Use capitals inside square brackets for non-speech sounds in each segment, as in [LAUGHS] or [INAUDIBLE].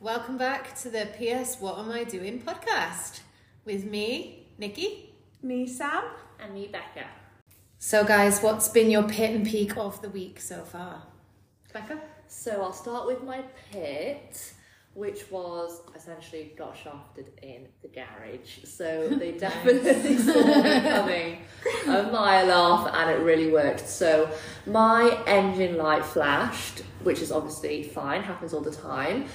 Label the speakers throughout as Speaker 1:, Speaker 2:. Speaker 1: Welcome back to the PS What Am I Doing podcast with me, Nikki.
Speaker 2: Me, Sam.
Speaker 3: And me, Becca.
Speaker 1: So, guys, what's been your pit and peak of the week so far? Becca?
Speaker 3: So I'll start with my pit, which was essentially got shafted in the garage. So
Speaker 1: [LAUGHS]
Speaker 3: they definitely saw me coming a mile off, and it really worked. So my engine light flashed, which is obviously fine, happens all the time.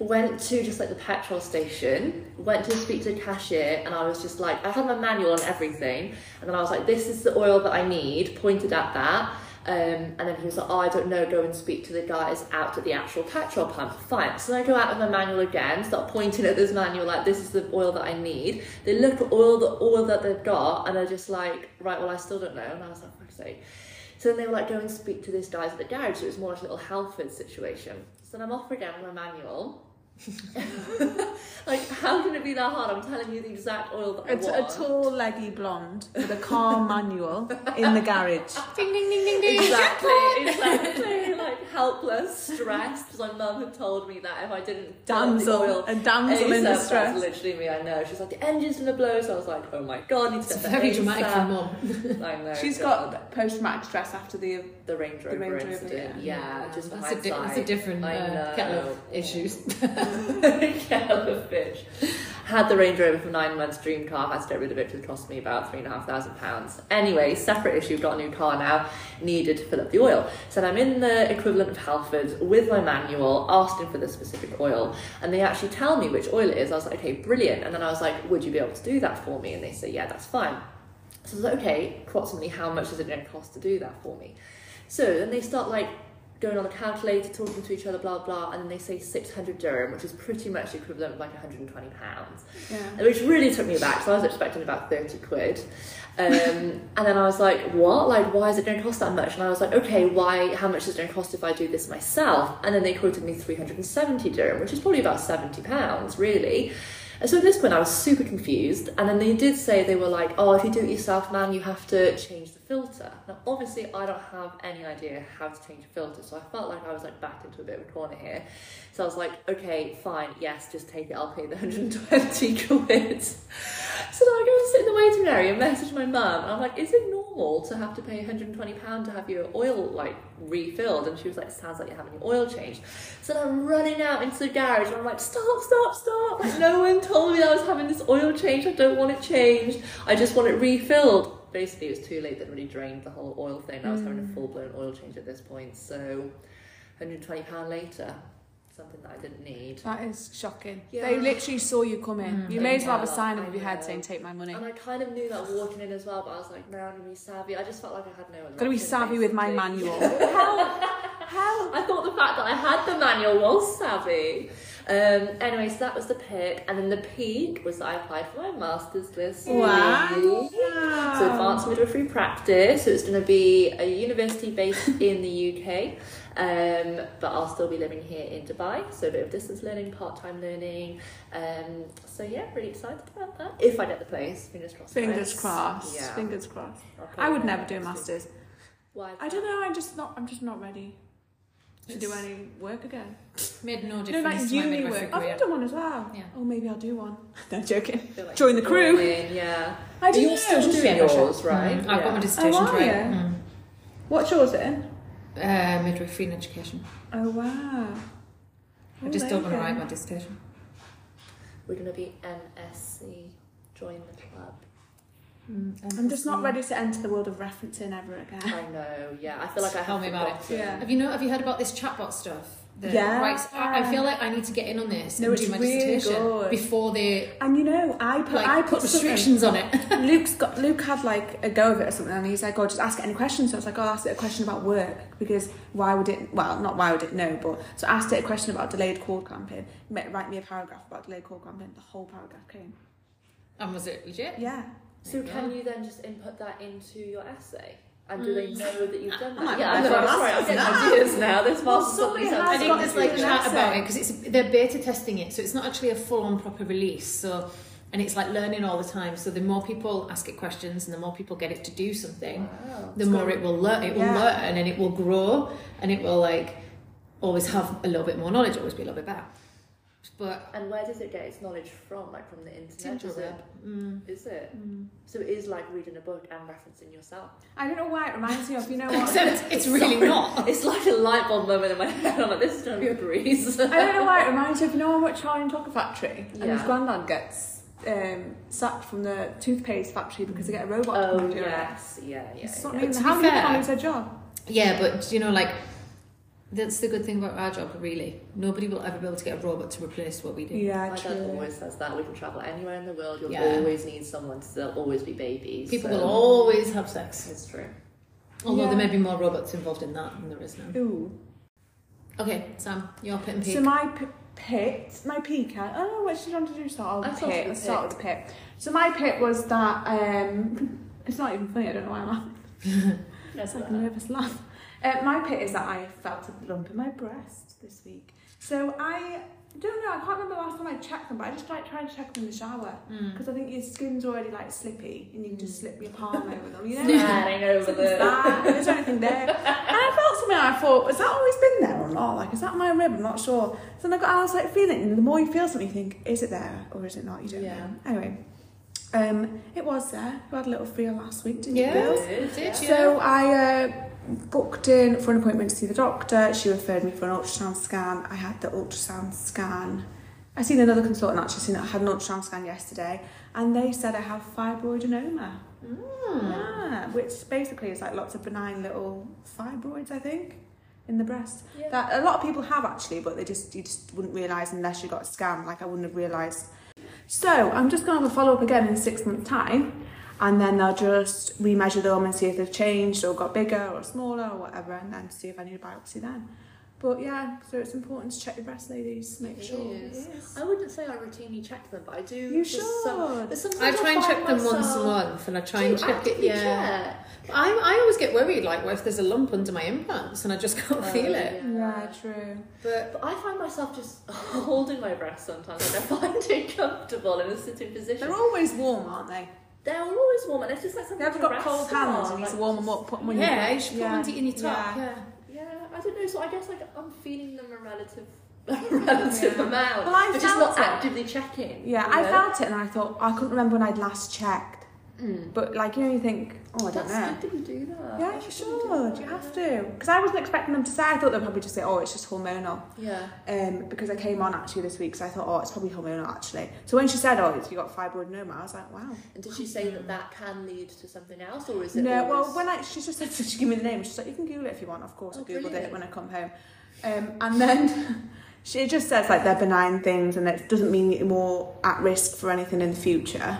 Speaker 3: Went to just like the petrol station, went to speak to the cashier, and I was just like, I had my manual on everything, and then I was like, this is the oil that I need, pointed at that. Um, and then he was like, oh, I don't know, go and speak to the guys out at the actual petrol pump. Fine. So then I go out with my manual again, start pointing at this manual, like, this is the oil that I need. They look at all the oil that they've got, and they're just like, right, well, I still don't know. And I was like, fuck's sake. So then they were like, go and speak to these guys at the garage. So it was more like a little Halford situation. So then I'm off again with my manual. [LAUGHS] like, how can it be that hard? I'm telling you the exact oil that I
Speaker 2: A, t- a
Speaker 3: want.
Speaker 2: tall, leggy blonde with a car [LAUGHS] manual in the [LAUGHS] garage.
Speaker 1: Ding, ding, ding, ding, ding.
Speaker 2: [LAUGHS]
Speaker 3: exactly, exactly. Like helpless, stressed, because my mum had told me that if I didn't fill up the
Speaker 2: Damsel.
Speaker 3: oil,
Speaker 2: A damsel in
Speaker 3: ASAP, that's
Speaker 2: distress.
Speaker 3: literally me. I know. She's like the engine's gonna blow, so I was like, oh my god, I need to
Speaker 1: It's
Speaker 3: get that
Speaker 1: very
Speaker 3: ASAP.
Speaker 1: dramatic for mum.
Speaker 3: I know.
Speaker 2: She's
Speaker 3: God.
Speaker 2: got post traumatic stress after the.
Speaker 3: the Range Rover,
Speaker 2: Range Rover,
Speaker 3: incident.
Speaker 2: yeah.
Speaker 3: Yeah, just
Speaker 1: That's a, di- that's
Speaker 3: [LAUGHS]
Speaker 1: a
Speaker 3: hindsight.
Speaker 1: different
Speaker 3: I
Speaker 1: uh,
Speaker 3: know.
Speaker 1: kettle of issues.
Speaker 2: [LAUGHS]
Speaker 3: Catfish. Had the Range Rover for nine months, dream car, had to get rid of it because it cost me about three and a half thousand pounds. Anyway, separate issue, got a new car now, needed to fill up the oil. So then I'm in the equivalent of Halfords with my manual, asking for the specific oil, and they actually tell me which oil it is. I was like, okay, brilliant. And then I was like, would you be able to do that for me? And they say, yeah, that's fine. So I was like, okay, approximately how much is it going to cost to do that for me? So then they start like going on the calculator, talking to each other, blah blah, and then they say 600 dirham, which is pretty much the equivalent of like 120 pounds,
Speaker 2: Yeah.
Speaker 3: which really took me back. So I was expecting about 30 quid, um, [LAUGHS] and then I was like, what? Like, why is it going to cost that much? And I was like, okay, why? How much is it going to cost if I do this myself? And then they quoted me 370 dirham, which is probably about 70 pounds, really. And so at this point, I was super confused. And then they did say they were like, "Oh, if you do it yourself, man, you have to change the filter." Now, obviously, I don't have any idea how to change a filter, so I felt like I was like backed into a bit of a corner here. So I was like, "Okay, fine, yes, just take it. I'll pay the 120 [LAUGHS] quid." So then I go and sit in the waiting area and message my mum, and I'm like, "Is it normal to have to pay 120 pound to have your oil like refilled?" And she was like, "Sounds like you're having your oil changed." So then I'm running out into the garage and I'm like, stop, stop, stop. Like, no one told me I was having this oil change. I don't want it changed. I just want it refilled. Basically, it was too late. They'd already drained the whole oil thing. I was having a full blown oil change at this point. So, £120 later, something that I didn't need.
Speaker 2: That is shocking.
Speaker 3: Yeah.
Speaker 2: They literally saw you come in. you may as well have a
Speaker 3: Yeah,
Speaker 2: sign
Speaker 3: I
Speaker 2: above your head
Speaker 3: know.
Speaker 2: saying, Take my money.
Speaker 3: And I kind of knew that walking in as well, but I was like, no, I'm going to be savvy. I just felt like I had no other
Speaker 2: Gotta be
Speaker 3: option,
Speaker 2: savvy with my
Speaker 3: basically.
Speaker 2: [LAUGHS] manual. How? How?
Speaker 3: I thought the fact that I had the manual was savvy. Um, anyway, so that was the pick, and then the peak was that I applied for my master's this
Speaker 2: Wow.
Speaker 3: week. So advanced midwifery practice. So it's going to be a university
Speaker 2: [LAUGHS]
Speaker 3: based in the UK, um, but I'll still be living here in Dubai. So a bit of distance learning, part time learning. Um, so yeah, really excited about that. If I get the place, fingers crossed. for
Speaker 2: Fingers
Speaker 3: it.
Speaker 2: crossed.
Speaker 3: Yeah.
Speaker 2: Fingers crossed.
Speaker 3: I'll probably
Speaker 2: I would
Speaker 3: get
Speaker 2: never
Speaker 3: it
Speaker 2: do a
Speaker 3: next week.
Speaker 2: masters.
Speaker 3: Why?
Speaker 2: I don't know. I'm just not. I'm just not ready to do
Speaker 3: It's-
Speaker 2: any work again.
Speaker 1: Mid Nordic
Speaker 2: No, like uni
Speaker 1: career.
Speaker 2: work. I've done one as well.
Speaker 1: Yeah.
Speaker 2: Oh, maybe I'll do one. No, joking.
Speaker 3: feel like
Speaker 2: Join the crew.
Speaker 3: joining, Yeah.
Speaker 2: I do.
Speaker 3: You're still doing yours, right?
Speaker 1: Mm, I've got my dissertation
Speaker 2: Oh,
Speaker 1: to
Speaker 2: are
Speaker 1: write.
Speaker 2: you? What's yours in?
Speaker 1: Mm. Uh, midwifery and education.
Speaker 2: Oh wow. Oh,
Speaker 1: I just don't want to write my dissertation.
Speaker 3: We're gonna be MSC. Join the
Speaker 2: [LAUGHS]
Speaker 3: club.
Speaker 2: Hmm, I'm just not ready to enter the world of referencing ever again.
Speaker 3: I know. Yeah, I feel like I
Speaker 1: Tell
Speaker 3: have
Speaker 1: me about it.
Speaker 3: forgotten.
Speaker 2: Yeah.
Speaker 1: Have you know? Have you heard about this chatbot stuff? The
Speaker 2: Yeah.
Speaker 1: rights- I, I feel like I need to get in on this
Speaker 2: No,
Speaker 1: and do
Speaker 2: it's
Speaker 1: my
Speaker 2: really
Speaker 1: dissertation
Speaker 2: good.
Speaker 1: before they
Speaker 2: And you know, I put
Speaker 1: like
Speaker 2: I
Speaker 1: put
Speaker 2: put
Speaker 1: [LAUGHS]
Speaker 2: something-
Speaker 1: restrictions on it.
Speaker 2: Luke's got Luke had like a go of it or something, and he's like, "Oh, just ask it any questions." So I was like, "Oh, ask it a question about work because why would it? Well, not why would it know, but so I asked it a question about delayed call cramping. Ma- Write me a paragraph about delayed call cramping. The whole paragraph came.
Speaker 1: And was it legit?
Speaker 2: Yeah,
Speaker 3: So can you then just input that into your essay? And do
Speaker 2: Mm.
Speaker 3: they know that you've done that?
Speaker 2: like,
Speaker 3: yeah,
Speaker 2: I'm
Speaker 3: I'm,
Speaker 2: not
Speaker 3: I'm sorry, I'm
Speaker 2: asking
Speaker 3: getting
Speaker 2: that.
Speaker 3: ideas now. This
Speaker 2: Well,
Speaker 3: master's well,
Speaker 2: somebody
Speaker 1: I
Speaker 2: has
Speaker 1: think there's like
Speaker 2: an
Speaker 1: chat
Speaker 2: essay.
Speaker 1: about it because it's they're beta testing it, so it's not actually a full-on proper release. So, and it's like learning all the time. So the more people ask it questions, and the more people get it to do something, the more it will learn. It will
Speaker 2: Yeah.
Speaker 1: learn, and it will grow, and it will like always have a little bit more knowledge, always be a little bit better. But
Speaker 3: And where does it get its knowledge from? Like from the
Speaker 1: it's
Speaker 3: internet? Is it?
Speaker 1: Tinderweb. Mm.
Speaker 3: Is it?
Speaker 1: Mm.
Speaker 3: So it is like reading a book and referencing yourself.
Speaker 2: I don't know why it reminds me
Speaker 1: [LAUGHS]
Speaker 2: of, you know what?
Speaker 1: Except it's really
Speaker 3: Sorry.
Speaker 1: not.
Speaker 3: It's like a light bulb moment in my head. I'm like, this is gonna be a breeze.
Speaker 2: I don't know why it reminds me of, you know, I watched Charlie and the Chocolate Factory, and his
Speaker 3: Yeah.
Speaker 2: granddad gets um, sacked from the toothpaste factory because they get a robot to come
Speaker 3: oh
Speaker 2: and do it.
Speaker 3: yes, yeah, yeah.
Speaker 2: It's
Speaker 3: yeah.
Speaker 2: not even,
Speaker 1: to be
Speaker 2: how many people
Speaker 1: fair-
Speaker 2: can't lose their job?
Speaker 1: Yeah, but you know, like that's the good thing about our job. Really, nobody will ever be able to get a robot to replace what we do.
Speaker 2: Yeah,
Speaker 3: My dad
Speaker 2: true.
Speaker 3: always says that we can travel anywhere in the world. You'll
Speaker 1: Yeah.
Speaker 3: always need someone. So there'll always be babies.
Speaker 1: People
Speaker 3: so-
Speaker 1: will always have sex,
Speaker 3: It's true.
Speaker 1: although there
Speaker 2: Yeah.
Speaker 1: may be more robots involved in that than there is now.
Speaker 2: Ooh.
Speaker 1: Okay, Sam, your pit and peak.
Speaker 2: So my p- pit, my peak. I don't know what she wanted to do. Start
Speaker 3: I
Speaker 2: with the
Speaker 3: thought
Speaker 2: pit.
Speaker 3: it
Speaker 2: Let's
Speaker 3: was
Speaker 2: start with the pit. So my pit was that. um [LAUGHS] It's not even funny. I don't know why I'm laughing. It's like a nervous laugh. Uh, my pit is that I felt a lump in my breast this week. So I don't know. I can't remember the last time I checked them, but I just like trying to check them in the shower
Speaker 1: Mm.
Speaker 3: Mm.
Speaker 2: because I think your skin's already like slippy, and you can just slip your palm over them.
Speaker 3: [LAUGHS]
Speaker 2: You know.
Speaker 3: Sliding over
Speaker 2: Something's
Speaker 3: the.
Speaker 2: bad, There's anything
Speaker 3: [LAUGHS]
Speaker 2: there. And I felt something and I thought, has that always been there or not? Like, is that my rib? I'm not sure. So then I got, I was like feeling it, and the more you feel something, you think, is it there or is it not? You don't
Speaker 3: Yeah.
Speaker 2: know. Anyway, um, it was there. You had a little feel last week, didn't you? girls?
Speaker 1: yeah,
Speaker 3: Yes.
Speaker 1: did you?
Speaker 2: So I uh, booked in for an appointment to see the doctor. She referred me for an ultrasound scan. I had the ultrasound scan. I seen another consultant actually seen that I had an ultrasound scan yesterday, and they said I have fibroidenoma.
Speaker 3: Hmm.
Speaker 2: Yeah, which basically is like lots of benign little fibroids, I think, in the breast.
Speaker 3: Yeah.
Speaker 2: That a lot of people have actually, but they just you just wouldn't realise unless you got a scan. Like I wouldn't have realised. So I'm just gonna have a follow up again in six months' time, and then they'll just remeasure them and see if they've changed or got bigger or smaller or whatever, and then see if I need a biopsy then. But yeah, so it's important to check your breast, ladies. Make
Speaker 3: It
Speaker 2: sure.
Speaker 3: is. I wouldn't say I routinely check them, but I do.
Speaker 2: You
Speaker 3: for Some,
Speaker 2: should.
Speaker 3: but sometimes
Speaker 1: I try and
Speaker 3: find
Speaker 1: check them once a
Speaker 3: myself-
Speaker 1: month, and I try
Speaker 3: Do
Speaker 1: and
Speaker 3: you
Speaker 1: check it.
Speaker 3: actively
Speaker 1: Yeah,
Speaker 3: check?
Speaker 1: I I always get worried. Like, what if there's a lump under my implants and I just [LAUGHS] can't [LAUGHS]
Speaker 3: Oh,
Speaker 1: feel it?
Speaker 2: Yeah, true.
Speaker 1: But
Speaker 3: But I find myself just [LAUGHS] holding my breast sometimes. Like I find it comfortable in a sitting position.
Speaker 2: They're always warm, aren't they?
Speaker 3: They're always warm, and it's just like something.
Speaker 2: They've
Speaker 3: to
Speaker 2: got
Speaker 3: rest
Speaker 2: cold hands
Speaker 3: on,
Speaker 2: and you need to
Speaker 3: like,
Speaker 2: warm them up, put them on
Speaker 1: yeah,
Speaker 2: your
Speaker 1: you should put one in your top.
Speaker 2: Yeah.
Speaker 1: Yeah.
Speaker 3: Yeah, I don't know. So I guess like I'm feeling them a relative, [LAUGHS] a relative
Speaker 2: Yeah.
Speaker 3: amount,
Speaker 2: Well, I
Speaker 3: but just
Speaker 2: felt
Speaker 3: not
Speaker 2: it.
Speaker 3: actively checking.
Speaker 2: Yeah,
Speaker 3: you
Speaker 2: I
Speaker 3: know?
Speaker 2: felt it and I thought, I couldn't remember when I'd last checked.
Speaker 3: Mm.
Speaker 2: But, like, you know, you think, oh, I don't
Speaker 3: That's
Speaker 2: know.
Speaker 3: good that you do that.
Speaker 2: Yeah,
Speaker 3: Uh, I
Speaker 2: you
Speaker 3: should probably
Speaker 2: should.
Speaker 3: do
Speaker 2: You
Speaker 3: that,
Speaker 2: have to. Because I wasn't expecting them to say. I thought they'd probably just say, oh, it's just hormonal.
Speaker 3: Yeah.
Speaker 2: Um, because I came on actually this week, so I thought, oh, it's probably hormonal actually. So when she said, oh, it's- you got fibroadenoma, I was like, wow.
Speaker 3: And did she say that that can lead to something else, or is it?
Speaker 2: No,
Speaker 3: always...
Speaker 2: well, when I she just said [LAUGHS] she gave me the name. She's like, you can Google it if you want. Of course,
Speaker 3: Oh,
Speaker 2: I googled
Speaker 3: brilliant.
Speaker 2: it when I come home, um, and then [LAUGHS] she just says like they're benign things, and it doesn't mean you're more at risk for anything in the future,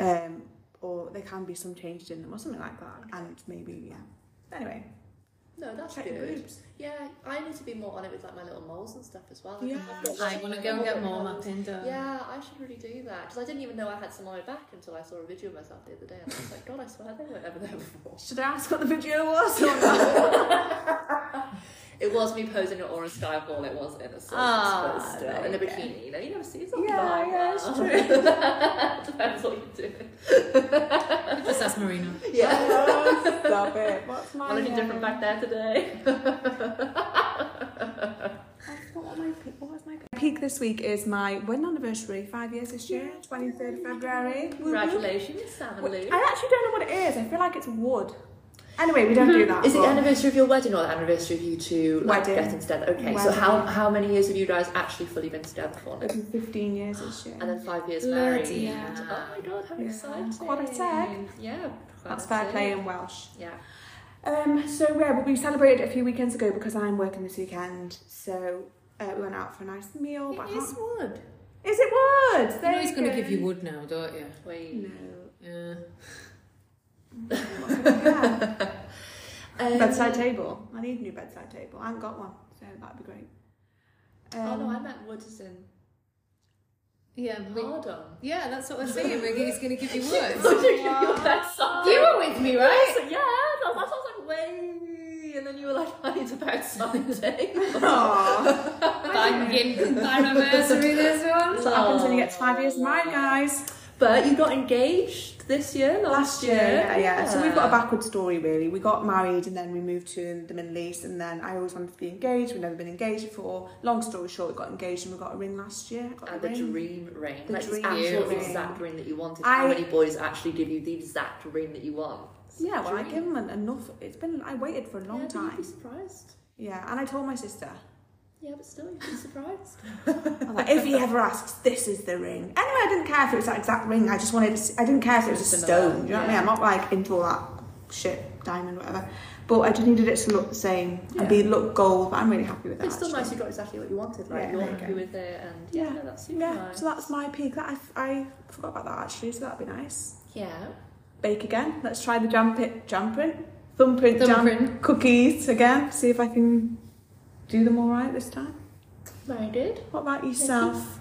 Speaker 2: um, or there can be some changes in them or something like that, and maybe yeah. Anyway,
Speaker 3: No, that's
Speaker 2: check your
Speaker 3: good.
Speaker 2: boobs.
Speaker 3: Yeah, I need to be more on it with like my little moles and stuff as well. I
Speaker 2: Yeah.
Speaker 3: think I've got-
Speaker 1: I want to go and get more mapping done.
Speaker 3: Yeah, I should really do that because I didn't even know I had some on my back until I saw a video of myself the other day, and I was like, God, I swear they weren't ever there before.
Speaker 2: Should I ask what the video was or not?
Speaker 3: It was me posing at Orange Skyfall. It was in a sort
Speaker 2: Ah,
Speaker 3: of still
Speaker 2: there
Speaker 3: in a
Speaker 2: you go.
Speaker 3: bikini. You know, you never see
Speaker 2: yeah,
Speaker 3: something like
Speaker 2: yeah, it's
Speaker 3: that. [LAUGHS]
Speaker 2: true.
Speaker 3: Depends what you do.
Speaker 2: [LAUGHS]
Speaker 1: Just ask Marina.
Speaker 3: Yeah, [LAUGHS]
Speaker 2: Oh, [LAUGHS] Stop it. What's my
Speaker 3: I'm looking different back
Speaker 2: name?
Speaker 3: there today.
Speaker 2: I forgot what my peak, what was my peak? My peak this week is my wedding anniversary, five years this year, 23rd of February. Woo-hoo.
Speaker 3: Congratulations, Sam and
Speaker 2: Which-
Speaker 3: Lou.
Speaker 2: I actually don't know what it is. I feel like it's wood. Anyway, we don't do that.
Speaker 3: Mm-hmm. Is it the
Speaker 2: but-
Speaker 3: anniversary of your wedding or the anniversary of you two like,
Speaker 2: Wedding.
Speaker 3: getting together? Okay, so
Speaker 2: Wedding.
Speaker 3: how how many years have you guys actually fully been together for now?
Speaker 2: It's been 15 years this year.
Speaker 3: And then five years married.
Speaker 1: Bloody
Speaker 3: Oh
Speaker 1: hell.
Speaker 3: my god, how
Speaker 2: Yeah.
Speaker 3: exciting!
Speaker 2: Quite a tag.
Speaker 3: Yeah, quite
Speaker 2: That's
Speaker 3: a
Speaker 2: fair
Speaker 3: tag.
Speaker 2: play in Welsh.
Speaker 3: Yeah.
Speaker 2: Um, so yeah, but we celebrated a few weekends ago because I'm working this weekend. So uh, we went out for a nice
Speaker 1: Oh,
Speaker 2: meal. but I can't-
Speaker 1: wood.
Speaker 2: Is it wood?
Speaker 1: You
Speaker 2: There
Speaker 1: know he's
Speaker 2: you
Speaker 1: going to
Speaker 2: go.
Speaker 1: give you wood now, don't you?
Speaker 3: Wait.
Speaker 2: No.
Speaker 1: Yeah.
Speaker 2: Yeah.
Speaker 3: Um,
Speaker 2: bedside table. I need a new bedside table. I haven't got one, so that'd be great.
Speaker 3: oh no, I
Speaker 2: Um,
Speaker 3: meant Woods in
Speaker 1: Yeah. we-
Speaker 3: [LAUGHS]
Speaker 2: [LAUGHS]
Speaker 3: Hardon.
Speaker 1: yeah, that's what we're saying. We're- He's going to [LAUGHS] give you wood.
Speaker 3: Oh, you- your bedside.
Speaker 1: you were with me, [LAUGHS] right?
Speaker 3: So, yeah, that, that sounds like way. And then you were like, I need a bedside table.
Speaker 2: [LAUGHS] Aw.
Speaker 1: Thank you. anniversary this one.
Speaker 2: That's what happens when you get to five years married, guys.
Speaker 3: [LAUGHS] But you got engaged this year, last,
Speaker 2: Last year, yeah, yeah, So we've got a backward story really. We got married and then we moved to the Middle East and then I always wanted to be engaged. We've never been engaged before. Long story short, we got engaged and we got a ring last year. I got a
Speaker 3: And the
Speaker 2: ring.
Speaker 3: dream ring,
Speaker 2: The
Speaker 3: like
Speaker 2: dream
Speaker 3: the actual
Speaker 1: ring.
Speaker 3: exact ring that you wanted.
Speaker 2: I-
Speaker 3: How many boys actually give you the exact ring that you want?
Speaker 2: Yeah, well, I
Speaker 3: Dream.
Speaker 2: gave him an- enough. It's been I waited for a long
Speaker 3: yeah, but You'd
Speaker 2: time.
Speaker 3: be surprised.
Speaker 2: Yeah, and I told my sister.
Speaker 3: Yeah, but still, you'd be
Speaker 2: [LAUGHS]
Speaker 3: surprised.
Speaker 2: I was like, if he ever asks, this is the ring. Anyway, I didn't care if it was that exact ring. I just wanted. I didn't care if it was a
Speaker 3: Similar,
Speaker 2: stone. Do you know what I
Speaker 3: yeah.
Speaker 2: mean? I'm not like into all that shit, diamond, whatever. But I just needed it to look the same
Speaker 3: Yeah.
Speaker 2: and be look gold. But I'm really happy with that.
Speaker 3: it's still
Speaker 2: actually.
Speaker 3: nice you got exactly what you wanted. Like
Speaker 2: Yeah,
Speaker 3: you're
Speaker 2: there you
Speaker 3: happy
Speaker 2: go.
Speaker 3: with it, and yeah,
Speaker 2: Yeah.
Speaker 3: no, that's super
Speaker 2: Yeah,
Speaker 3: nice.
Speaker 2: so that's my peak. That I, I forgot about that actually. So that'd be nice.
Speaker 3: yeah.
Speaker 2: Bake again. Let's try the jam pit, jam print, thumbprint, jam
Speaker 1: Thumbprint.
Speaker 2: cookies again. See if I can do them all right this time.
Speaker 3: Very good.
Speaker 2: What about yourself?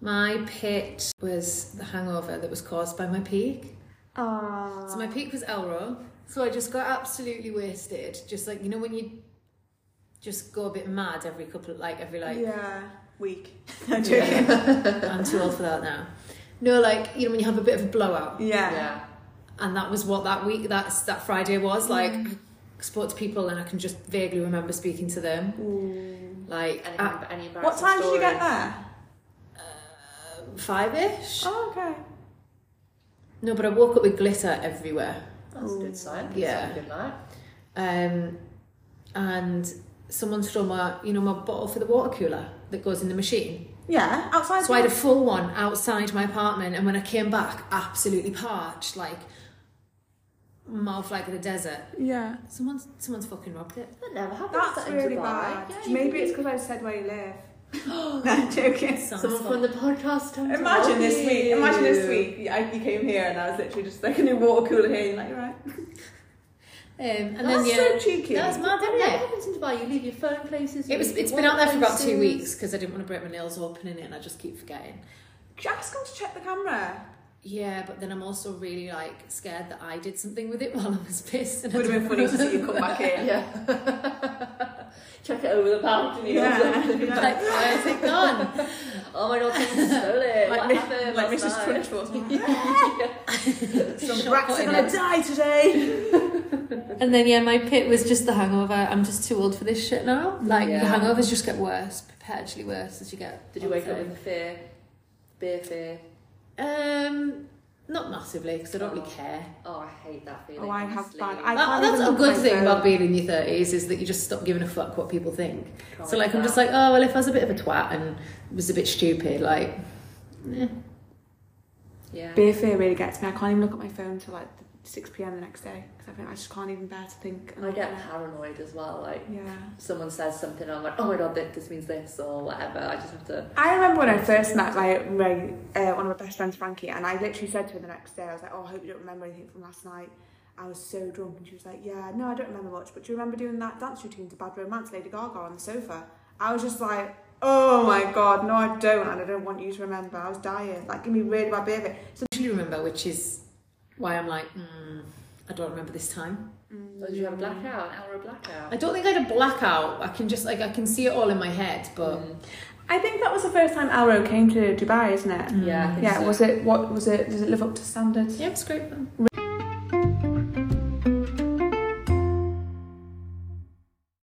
Speaker 1: My pit was the hangover that was caused by my peak.
Speaker 2: Aww.
Speaker 1: So my peak was Elro. So I just got absolutely wasted. Just like you know when you just go a bit mad every couple like every like [LAUGHS]
Speaker 2: yeah, week. [LAUGHS] I'm joking.
Speaker 1: Yeah. I'm too old for that now. No, like you know when you have a bit of a blowout,
Speaker 2: Yeah.
Speaker 1: and that was what that week that's that Friday
Speaker 2: Mm.
Speaker 1: was like. I spoke to people and I can just vaguely remember speaking to them. Like
Speaker 3: Any,
Speaker 1: at
Speaker 3: any embarrassing
Speaker 2: Uh, What time did you get
Speaker 3: stories?
Speaker 2: there?
Speaker 1: five ish.
Speaker 2: Oh, okay.
Speaker 1: uh, No, but I woke up with glitter everywhere.
Speaker 3: That's a good sign. That's
Speaker 1: Yeah.
Speaker 3: a Good night.
Speaker 1: um, and someone's thrown my, you know, my bottle for the water cooler that goes in the machine.
Speaker 2: Yeah, outside.
Speaker 1: So I had a full one outside my apartment, and when I came back, absolutely parched, like mouth like the desert.
Speaker 2: yeah.
Speaker 1: Someone's someone's fucking robbed it.
Speaker 3: That never happens.
Speaker 2: That's
Speaker 3: that in
Speaker 2: really
Speaker 3: Dubai.
Speaker 2: bad.
Speaker 3: Yeah, you
Speaker 2: Maybe
Speaker 3: can-
Speaker 2: it's because I said where you [GASPS] live. [LAUGHS] no, I'm joking.
Speaker 1: Sounds
Speaker 3: someone
Speaker 1: fun.
Speaker 3: from the podcast. come to
Speaker 2: Imagine
Speaker 3: help
Speaker 2: this week.
Speaker 3: you.
Speaker 2: Imagine this week. You, I, you came here and I was literally just like a new water cooler here. You're like, right.
Speaker 1: um, and then
Speaker 2: That's
Speaker 1: yeah,
Speaker 2: so cheeky.
Speaker 1: that's mad,
Speaker 3: That
Speaker 1: isn't
Speaker 3: never
Speaker 1: it?
Speaker 3: happens in Dubai. You leave your phone places. you
Speaker 1: It was.
Speaker 3: leave your
Speaker 1: It's been out there for about two
Speaker 3: workplaces.
Speaker 1: weeks because I didn't want to break my nails opening it, and I just keep forgetting.
Speaker 2: Ask him to check the camera. [LAUGHS]
Speaker 1: Yeah, but then I'm also really like scared that I did something with it [LAUGHS] while I was pissed. and I
Speaker 2: Would have been
Speaker 1: don't
Speaker 2: funny to see you come
Speaker 1: [LAUGHS]
Speaker 2: [LAUGHS] back in.
Speaker 3: Yeah. [LAUGHS] Check it over the balcony.
Speaker 2: Yeah.
Speaker 3: Or something.
Speaker 2: Yeah.
Speaker 1: Like, where's it gone?
Speaker 3: Oh my god, someone stole it.
Speaker 2: Like,
Speaker 3: what
Speaker 2: Mi-
Speaker 3: happened?
Speaker 2: like
Speaker 3: last
Speaker 2: Mrs.
Speaker 3: night?
Speaker 2: Crunchworth. [LAUGHS] Some
Speaker 1: Shot
Speaker 2: rats
Speaker 1: put
Speaker 2: are
Speaker 1: in
Speaker 2: gonna
Speaker 1: it.
Speaker 2: die today.
Speaker 1: And then yeah, my pit was just the hangover. I'm just too old for this shit now. Like
Speaker 3: Yeah.
Speaker 1: the hangovers just get worse, perpetually worse as you get.
Speaker 3: Did you wake up
Speaker 1: older.
Speaker 3: with fear? Beer fear.
Speaker 1: Um, not massively because I don't really care.
Speaker 3: Oh, I hate that feeling.
Speaker 2: Oh, I have
Speaker 3: honestly.
Speaker 2: bad- I-
Speaker 1: That,
Speaker 2: can't
Speaker 1: that's
Speaker 2: even
Speaker 1: a
Speaker 2: look
Speaker 1: good
Speaker 2: at my
Speaker 1: thing
Speaker 2: phone.
Speaker 1: about being in your thirties is that you just stop giving a fuck what people think.
Speaker 3: Can't
Speaker 1: so like, I'm
Speaker 3: do
Speaker 1: just
Speaker 3: that.
Speaker 1: like, oh well, if I was a bit of a twat and was a bit stupid, like, eh.
Speaker 3: yeah.
Speaker 2: Beer fear really gets me. I can't even look at my phone till like 6 p.m. the next day because I think I just can't even bear to think.
Speaker 3: I get paranoid as well. Like
Speaker 2: Yeah.
Speaker 3: someone says something, I'm like, oh my god, thi- this means this or whatever. I just have to.
Speaker 2: I remember when I first met my, my uh, one of my best friends, Frankie, and I literally said to her the next day, I was like, "Oh, I hope you don't remember anything from last night." I was so drunk, and she was like, "Yeah, no, I don't remember much, but do you remember doing that dance routine to Bad Romance, Lady Gaga on the sofa?" I was just like, "Oh my god, no, I don't, and I don't want you to remember." I was dying, like, give me really bad beer. So
Speaker 1: usually remember, which is why I'm like, mm, I don't remember this time.
Speaker 3: Oh, did you have a blackout? An hour of blackout?
Speaker 1: I don't think I had a blackout. I can just like I can see it all in my head, but
Speaker 3: Mm.
Speaker 2: I think that was the first time Alro came to Dubai, isn't it?
Speaker 3: Yeah. I think
Speaker 2: Yeah,
Speaker 3: so.
Speaker 2: was it? What was it? Does it live up to standards?
Speaker 1: Hmm. yeah, it's great. fun.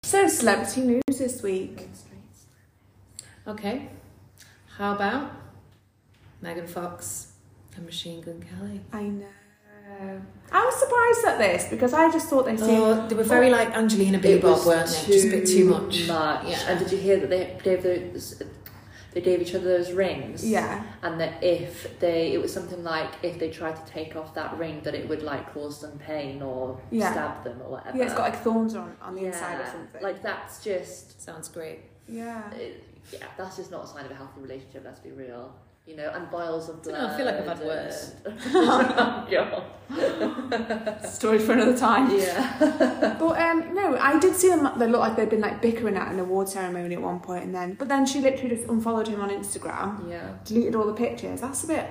Speaker 2: So, celebrity news this week.
Speaker 1: Okay, how about Megan Fox and Machine Gun Kelly?
Speaker 2: I know. I was surprised at this because I just thought they seemed.
Speaker 1: Oh, they were very like Angelina Billy Bob, weren't they? Just a bit too much. Yeah.
Speaker 3: And did you hear that they gave those? They gave each other those rings.
Speaker 2: Yeah.
Speaker 3: and that if they it was something like if they tried to take off that ring that it would like cause them pain or
Speaker 2: Yeah.
Speaker 3: stab them or whatever
Speaker 2: Yeah, it's got like thorns on, on the
Speaker 3: Yeah,
Speaker 2: inside or something.
Speaker 3: like that's just
Speaker 1: Sounds great.
Speaker 2: yeah.
Speaker 3: it, yeah that's just not a sign of a healthy relationship let's be real you know and vials of
Speaker 1: I
Speaker 3: blood
Speaker 1: dunno, I feel like I've had
Speaker 3: and-
Speaker 1: worse. [LAUGHS]
Speaker 3: [LAUGHS] yeah
Speaker 2: Story for another time.
Speaker 3: yeah
Speaker 2: But um, no, I did see them. They looked like they'd been like bickering at an award ceremony at one point, and then but then she literally just unfollowed him on
Speaker 3: [LAUGHS]
Speaker 2: Instagram,
Speaker 3: yeah
Speaker 2: deleted all the pictures. That's a bit.